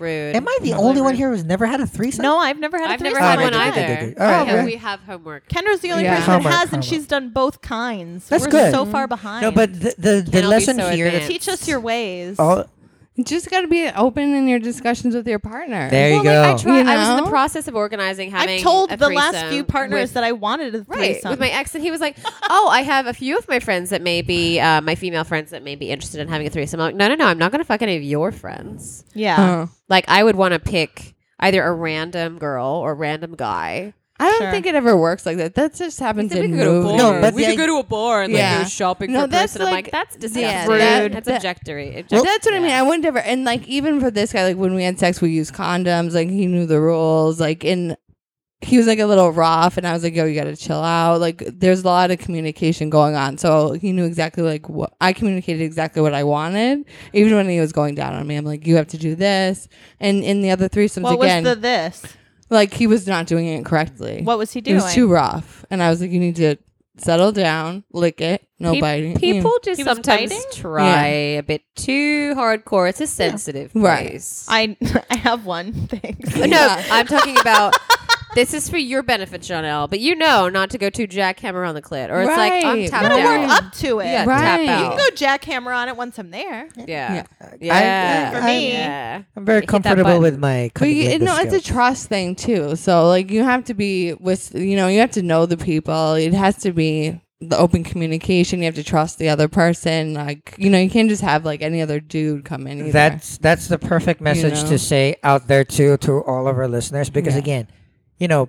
Speaker 2: rude.
Speaker 3: Am I the
Speaker 2: Totally
Speaker 3: only one
Speaker 2: rude.
Speaker 3: here who's never had a threesome?
Speaker 1: no, I've never had. a
Speaker 2: I've never
Speaker 1: threesome.
Speaker 2: had
Speaker 3: Oh,
Speaker 2: one
Speaker 3: okay,
Speaker 2: either.
Speaker 3: okay, okay. All right,
Speaker 2: Yeah,
Speaker 3: well-
Speaker 2: we have homework.
Speaker 1: Kendra's the only
Speaker 4: Yeah.
Speaker 1: person that
Speaker 3: Homework,
Speaker 1: has, and
Speaker 3: homework.
Speaker 1: she's done both kinds.
Speaker 3: That's
Speaker 1: We're
Speaker 3: good.
Speaker 1: so far behind.
Speaker 3: No, but the the, the
Speaker 2: Cannot be
Speaker 3: lesson
Speaker 2: so
Speaker 3: here.
Speaker 2: advanced.
Speaker 3: Oh,
Speaker 1: teach us your ways.
Speaker 3: All,
Speaker 4: You just got to be open in your discussions with your partner.
Speaker 3: There you
Speaker 2: well, Like, I,
Speaker 3: go.
Speaker 2: tried,
Speaker 4: You
Speaker 2: I was in the
Speaker 4: know?
Speaker 2: process of organizing having.
Speaker 1: I've told
Speaker 2: a
Speaker 1: the last
Speaker 2: threesome
Speaker 1: few partners
Speaker 2: with-
Speaker 1: that I wanted a
Speaker 2: Right
Speaker 1: threesome.
Speaker 2: with my ex, and he was like, "Oh, I have a few of my friends that may be uh, my female friends that may be interested in having a threesome." I'm like, "No, no, no! I'm not going to fuck any of your friends.
Speaker 1: yeah.
Speaker 4: Oh.
Speaker 2: Like, I would want to pick either a random girl or random guy.
Speaker 4: I don't
Speaker 1: Sure.
Speaker 4: think it ever works like that. That just happens
Speaker 2: Said we
Speaker 4: in
Speaker 2: could go to a
Speaker 4: movies.
Speaker 2: bar.
Speaker 3: No, but
Speaker 2: we
Speaker 3: the
Speaker 2: could
Speaker 3: i-
Speaker 2: go to a bar and like
Speaker 4: Yeah.
Speaker 2: go shopping
Speaker 4: No,
Speaker 2: for a
Speaker 4: that's
Speaker 2: person. I'm
Speaker 4: like-
Speaker 2: like, that's
Speaker 4: yeah,
Speaker 2: disgusting.
Speaker 4: that-
Speaker 2: that's
Speaker 4: that-
Speaker 2: objectory. Object-
Speaker 4: That's what I mean.
Speaker 2: Yeah.
Speaker 4: I would never, and like even for this guy, like when we had sex, we used condoms. Like he knew the rules. Like in, he was like a little rough, and I was like, "Yo, you gotta chill out." Like there's a lot of communication going on, so he knew exactly like what I communicated exactly what I wanted, even when he was going down on me. I'm like, "You have to do this," and in the other threesomes
Speaker 1: What
Speaker 4: again,
Speaker 1: was the this?
Speaker 4: like he was not doing it correctly.
Speaker 1: What was he
Speaker 4: It
Speaker 1: doing?
Speaker 4: was too rough, and I was like, "You need to settle down, lick it, Mm. no
Speaker 2: Pe-
Speaker 4: biting."
Speaker 2: People just
Speaker 1: He was
Speaker 2: sometimes
Speaker 1: biting?
Speaker 2: try a bit too hardcore. It's a sensitive
Speaker 4: Right.
Speaker 2: place.
Speaker 1: I I [LAUGHS] have one thing.
Speaker 2: Oh, no,
Speaker 4: Yeah.
Speaker 2: I'm talking [LAUGHS] about. This is for your benefit, Janelle, but you know not to go too jackhammer on the clit, or it's like I'm
Speaker 4: Right.
Speaker 2: tapped
Speaker 1: gotta
Speaker 4: No,
Speaker 2: out.
Speaker 1: work up to it.
Speaker 2: Yeah,
Speaker 4: Right.
Speaker 2: tap
Speaker 1: You can
Speaker 2: out.
Speaker 1: go jackhammer on it once I'm there.
Speaker 2: yeah, uh, yeah.
Speaker 1: For me.
Speaker 2: Yeah.
Speaker 3: I'm very
Speaker 2: Hit that
Speaker 3: comfortable
Speaker 2: button.
Speaker 3: with my.
Speaker 4: But
Speaker 3: cunning
Speaker 4: you,
Speaker 3: linguist
Speaker 4: no, it's a
Speaker 3: skills.
Speaker 4: trust thing too. So like you have to be with you know you have to know the people. It has to be the open communication. You have to trust the other person. Like you know you can't just have like any other dude come in. Either.
Speaker 3: That's that's the perfect message
Speaker 4: know?
Speaker 3: to say out there too to all of our listeners because
Speaker 4: Yeah.
Speaker 3: again, you know,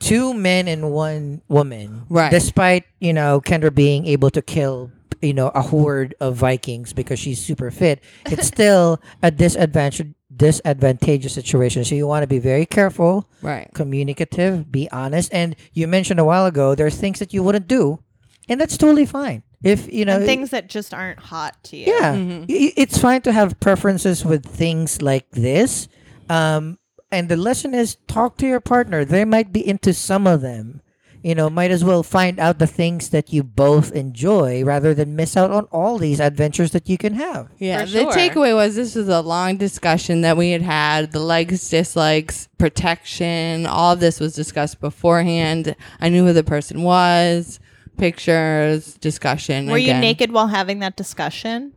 Speaker 3: two men and one woman.
Speaker 4: Right.
Speaker 3: Despite you know Kendra being able to kill you know a horde of Vikings because she's super fit,
Speaker 4: [LAUGHS]
Speaker 3: it's still a disadvantage disadvantageous situation. So you want to be very careful,
Speaker 4: right.
Speaker 3: communicative, be honest, and you mentioned a while ago there's things that you wouldn't do, and that's totally fine. If you know
Speaker 1: and things that just aren't hot to you.
Speaker 3: yeah,
Speaker 2: Mm-hmm.
Speaker 3: Y- y- it's fine to have preferences with things like this. Um, and the lesson is talk to your partner. They might be into some of them. You know, might as well find out the things that you both enjoy rather than miss out on all these adventures that you can have.
Speaker 4: Yeah,
Speaker 2: For
Speaker 4: the
Speaker 2: sure.
Speaker 4: takeaway was this was a long discussion that we had had. The likes, dislikes, protection, all of this was discussed beforehand. I knew who the person was, pictures, discussion.
Speaker 1: Were you
Speaker 4: again.
Speaker 1: naked while having that discussion?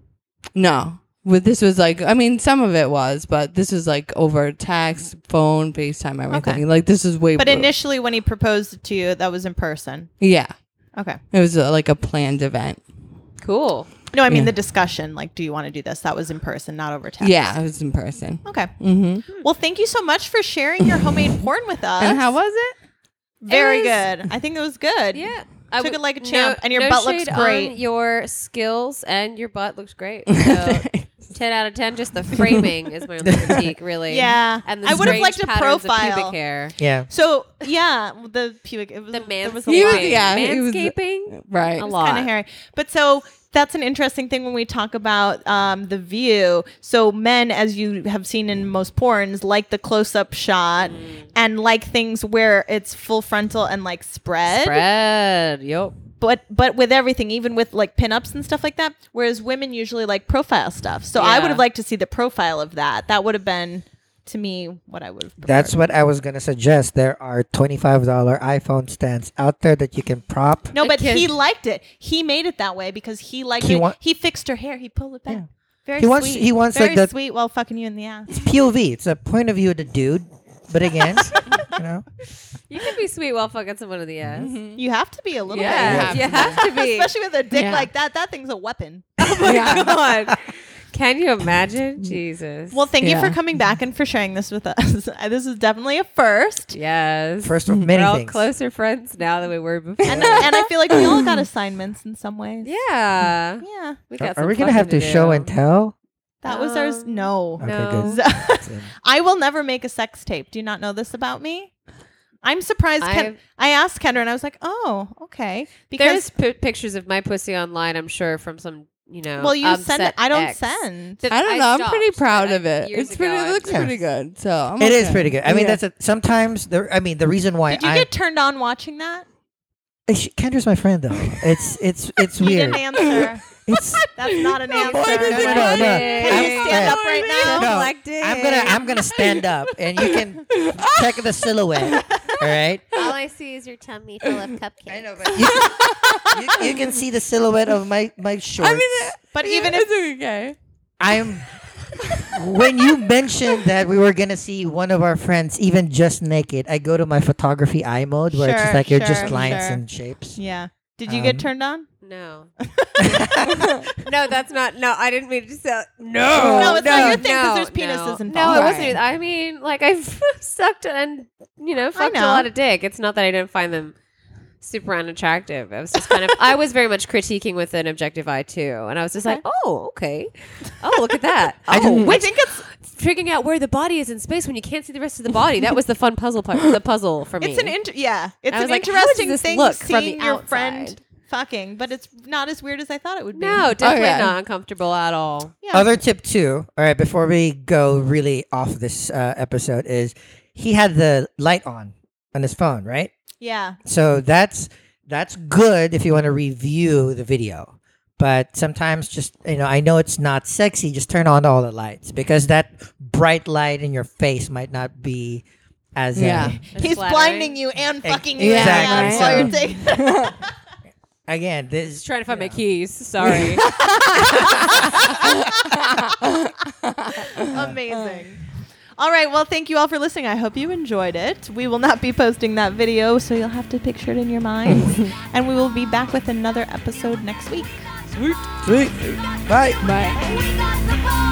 Speaker 4: No. But this was like, I mean, some of it was, but this was like over text, phone, FaceTime, everything.
Speaker 1: Okay.
Speaker 4: Like, this is way
Speaker 1: But
Speaker 4: bl-
Speaker 1: initially, when he proposed to you, that was in person.
Speaker 4: Yeah.
Speaker 1: Okay.
Speaker 4: It was uh, like a planned event.
Speaker 2: Cool.
Speaker 1: No, I mean
Speaker 4: Yeah.
Speaker 1: the discussion. Like, do you want to do this? That was in person, not over text.
Speaker 4: Yeah. It was in person.
Speaker 1: Okay.
Speaker 4: Mm-hmm.
Speaker 1: Well, thank you so much for sharing your homemade porn with us.
Speaker 4: And how was it?
Speaker 1: Very
Speaker 2: It was-
Speaker 1: good. I think it was good.
Speaker 2: Yeah.
Speaker 1: Took it like a champ, and your butt looks
Speaker 2: shade
Speaker 1: great.
Speaker 2: On your skills and your butt
Speaker 1: [LAUGHS]
Speaker 2: looks great. So, ten out of ten. Just the framing is my only
Speaker 1: [LAUGHS]
Speaker 2: critique, really.
Speaker 1: Yeah.
Speaker 2: and the
Speaker 1: I would've
Speaker 2: strange
Speaker 1: liked a
Speaker 2: patterns of
Speaker 1: profile.
Speaker 2: pubic hair.
Speaker 3: Yeah.
Speaker 1: So yeah, the pubic. It was
Speaker 2: The
Speaker 1: there was a
Speaker 2: manscaping.
Speaker 1: lot.
Speaker 4: was- yeah, he was-
Speaker 2: manscaping.
Speaker 4: Right.
Speaker 2: A
Speaker 1: kind
Speaker 2: lot.
Speaker 1: of hairy. But so that's an interesting thing when we talk about um, the view. So men, as you have seen in most porns, like the close-up shot and like things where it's full frontal and like spread.
Speaker 2: Spread. Yup.
Speaker 1: But but with everything, even with like pinups and stuff like that. Whereas women usually like profile stuff. So I
Speaker 2: Yeah.
Speaker 1: would have liked to see the profile of that. That would have been to me what I would. have
Speaker 3: That's what I was going to suggest. There are $25 iPhone stands out there that you can prop.
Speaker 1: No, but
Speaker 2: Okay.
Speaker 1: he liked it. He made it that way because he liked
Speaker 3: He
Speaker 1: it.
Speaker 3: wa-
Speaker 1: he fixed her hair. He pulled it back.
Speaker 3: Yeah.
Speaker 1: Very
Speaker 3: He wants-
Speaker 1: sweet.
Speaker 3: he wants,
Speaker 1: Very
Speaker 3: like, that-
Speaker 1: sweet while fucking you in the ass.
Speaker 3: It's POV. It's a point of view of the dude.
Speaker 2: [LAUGHS]
Speaker 3: But again, you know,
Speaker 2: You can be sweet while fucking someone in the ass.
Speaker 1: You have to be a Mm-hmm. little
Speaker 2: Mm-hmm. Yeah,
Speaker 4: Yeah.
Speaker 2: you have to
Speaker 1: bit,
Speaker 2: be.
Speaker 1: [LAUGHS]
Speaker 2: [LAUGHS]
Speaker 1: especially with a dick
Speaker 4: Yeah.
Speaker 1: like that. That thing's a weapon.
Speaker 4: Yeah.
Speaker 2: God. [LAUGHS] Can you imagine? Jesus.
Speaker 1: Mm-hmm. Well, thank you
Speaker 4: Yeah.
Speaker 1: for coming back and for sharing this with us. [LAUGHS] this is definitely a first.
Speaker 2: yes.
Speaker 3: first of
Speaker 2: we're
Speaker 3: many
Speaker 2: all
Speaker 3: things.
Speaker 2: closer friends now than we were before.
Speaker 1: And, and I feel like we all
Speaker 3: [LAUGHS]
Speaker 1: got assignments in some ways.
Speaker 2: yeah.
Speaker 1: Yeah.
Speaker 2: We
Speaker 3: Are,
Speaker 2: got
Speaker 3: are
Speaker 2: some
Speaker 3: we going
Speaker 2: fucking
Speaker 3: to have to
Speaker 2: do.
Speaker 3: show
Speaker 2: [LAUGHS]
Speaker 3: and tell?
Speaker 1: That was ours.
Speaker 2: Um,
Speaker 1: No.
Speaker 2: No.
Speaker 3: Okay,
Speaker 1: [LAUGHS] I will never make a sex tape. Do you not know this about me? I'm surprised. Ken-
Speaker 2: I've-
Speaker 1: I asked Kendra and I was like, oh, okay.
Speaker 2: There's p- pictures of my pussy online, I'm sure, from some, you know.
Speaker 1: Well, you send.
Speaker 2: upset
Speaker 1: I don't
Speaker 2: ex.
Speaker 1: send.
Speaker 2: That
Speaker 4: I don't know. I'm
Speaker 2: stopped,
Speaker 4: pretty proud
Speaker 2: but I-
Speaker 4: of it.
Speaker 2: years
Speaker 4: It's pretty,
Speaker 2: ago,
Speaker 4: it
Speaker 2: I
Speaker 4: looks
Speaker 2: just-
Speaker 4: pretty good. So I'm
Speaker 3: It is
Speaker 4: okay.
Speaker 3: pretty good. I mean,
Speaker 4: Yeah.
Speaker 3: that's a, sometimes the. I mean, the reason why
Speaker 1: Did you
Speaker 3: I
Speaker 1: get turned on watching that?
Speaker 3: Uh, she- Kendra's my friend though. It's it's
Speaker 1: [LAUGHS]
Speaker 3: it's
Speaker 1: You
Speaker 3: weird.
Speaker 1: didn't answer.
Speaker 3: It's [LAUGHS]
Speaker 1: That's not an answer.
Speaker 3: no, no, no,
Speaker 4: oh,
Speaker 3: no.
Speaker 1: Can you
Speaker 3: I'm-
Speaker 1: stand
Speaker 3: uh,
Speaker 1: up right now?
Speaker 3: No,
Speaker 2: Black dick.
Speaker 3: I'm gonna I'm gonna stand up and you can check the silhouette. All right.
Speaker 2: All I see is your tummy
Speaker 4: [LAUGHS]
Speaker 2: full of cupcakes. I know,
Speaker 3: You, you, you can see the silhouette of my my shorts. I
Speaker 4: mean, it-
Speaker 1: But even
Speaker 4: it's
Speaker 1: if
Speaker 4: okay.
Speaker 3: am when you mentioned that we were gonna see one of our friends even just naked, I go to my photography eye mode where it's just
Speaker 1: Sure,
Speaker 3: like you're
Speaker 1: sure,
Speaker 3: just lines
Speaker 1: sure.
Speaker 3: and shapes.
Speaker 1: Yeah. Did you get
Speaker 3: Um,
Speaker 1: turned on? [LAUGHS]
Speaker 2: No. no, that's not. No, I didn't mean to say.
Speaker 3: No.
Speaker 1: No, it's not your thing 'cause
Speaker 2: no,
Speaker 1: there's
Speaker 2: no.
Speaker 1: penises involved.
Speaker 2: No, it wasn't.
Speaker 4: Right.
Speaker 2: I mean, like I've [LAUGHS] sucked and you know fucked a
Speaker 1: know.
Speaker 2: lot of dick. It's not that I didn't find them super unattractive. I was just kind of. I was very much critiquing with an objective eye too, and I was just like, oh, okay. Oh, look at
Speaker 1: [LAUGHS]
Speaker 2: that.
Speaker 3: I
Speaker 2: Oh,
Speaker 3: didn't-
Speaker 2: which, think it's figuring out where the body is in space when you can't see the rest of the body. That was the fun puzzle part. The puzzle for me.
Speaker 1: It's an inter- yeah. It's
Speaker 2: I was
Speaker 1: an
Speaker 2: like, how does
Speaker 1: interesting
Speaker 2: this
Speaker 1: thing
Speaker 2: look from the
Speaker 1: seeing your friend
Speaker 2: outside?
Speaker 1: fucking, but it's not as weird as I thought it would be.
Speaker 2: no, definitely
Speaker 4: yeah.
Speaker 2: not uncomfortable at all.
Speaker 1: Yeah.
Speaker 3: Other tip two. All right, before we go really off this uh, episode, is he had the light on on his phone, right?
Speaker 1: yeah.
Speaker 3: So that's that's good if you want to review the video. But sometimes just you know, I know it's not sexy, just turn on all the lights because that bright light in your face might not be as uh,
Speaker 4: Yeah.
Speaker 1: He's
Speaker 2: flattering.
Speaker 1: blinding you and fucking you
Speaker 3: exactly.
Speaker 1: yeah, while you're
Speaker 3: So-
Speaker 1: taking
Speaker 3: again, this
Speaker 2: Just trying to find my keys. Sorry. [LAUGHS]
Speaker 1: Amazing. All right. Well, thank you all for listening. I hope you enjoyed it. We will not be posting that video, so you'll have to picture it in your minds. and we will be back with another episode next week.
Speaker 3: sweet. Bye.
Speaker 4: Bye.
Speaker 5: We got the ball.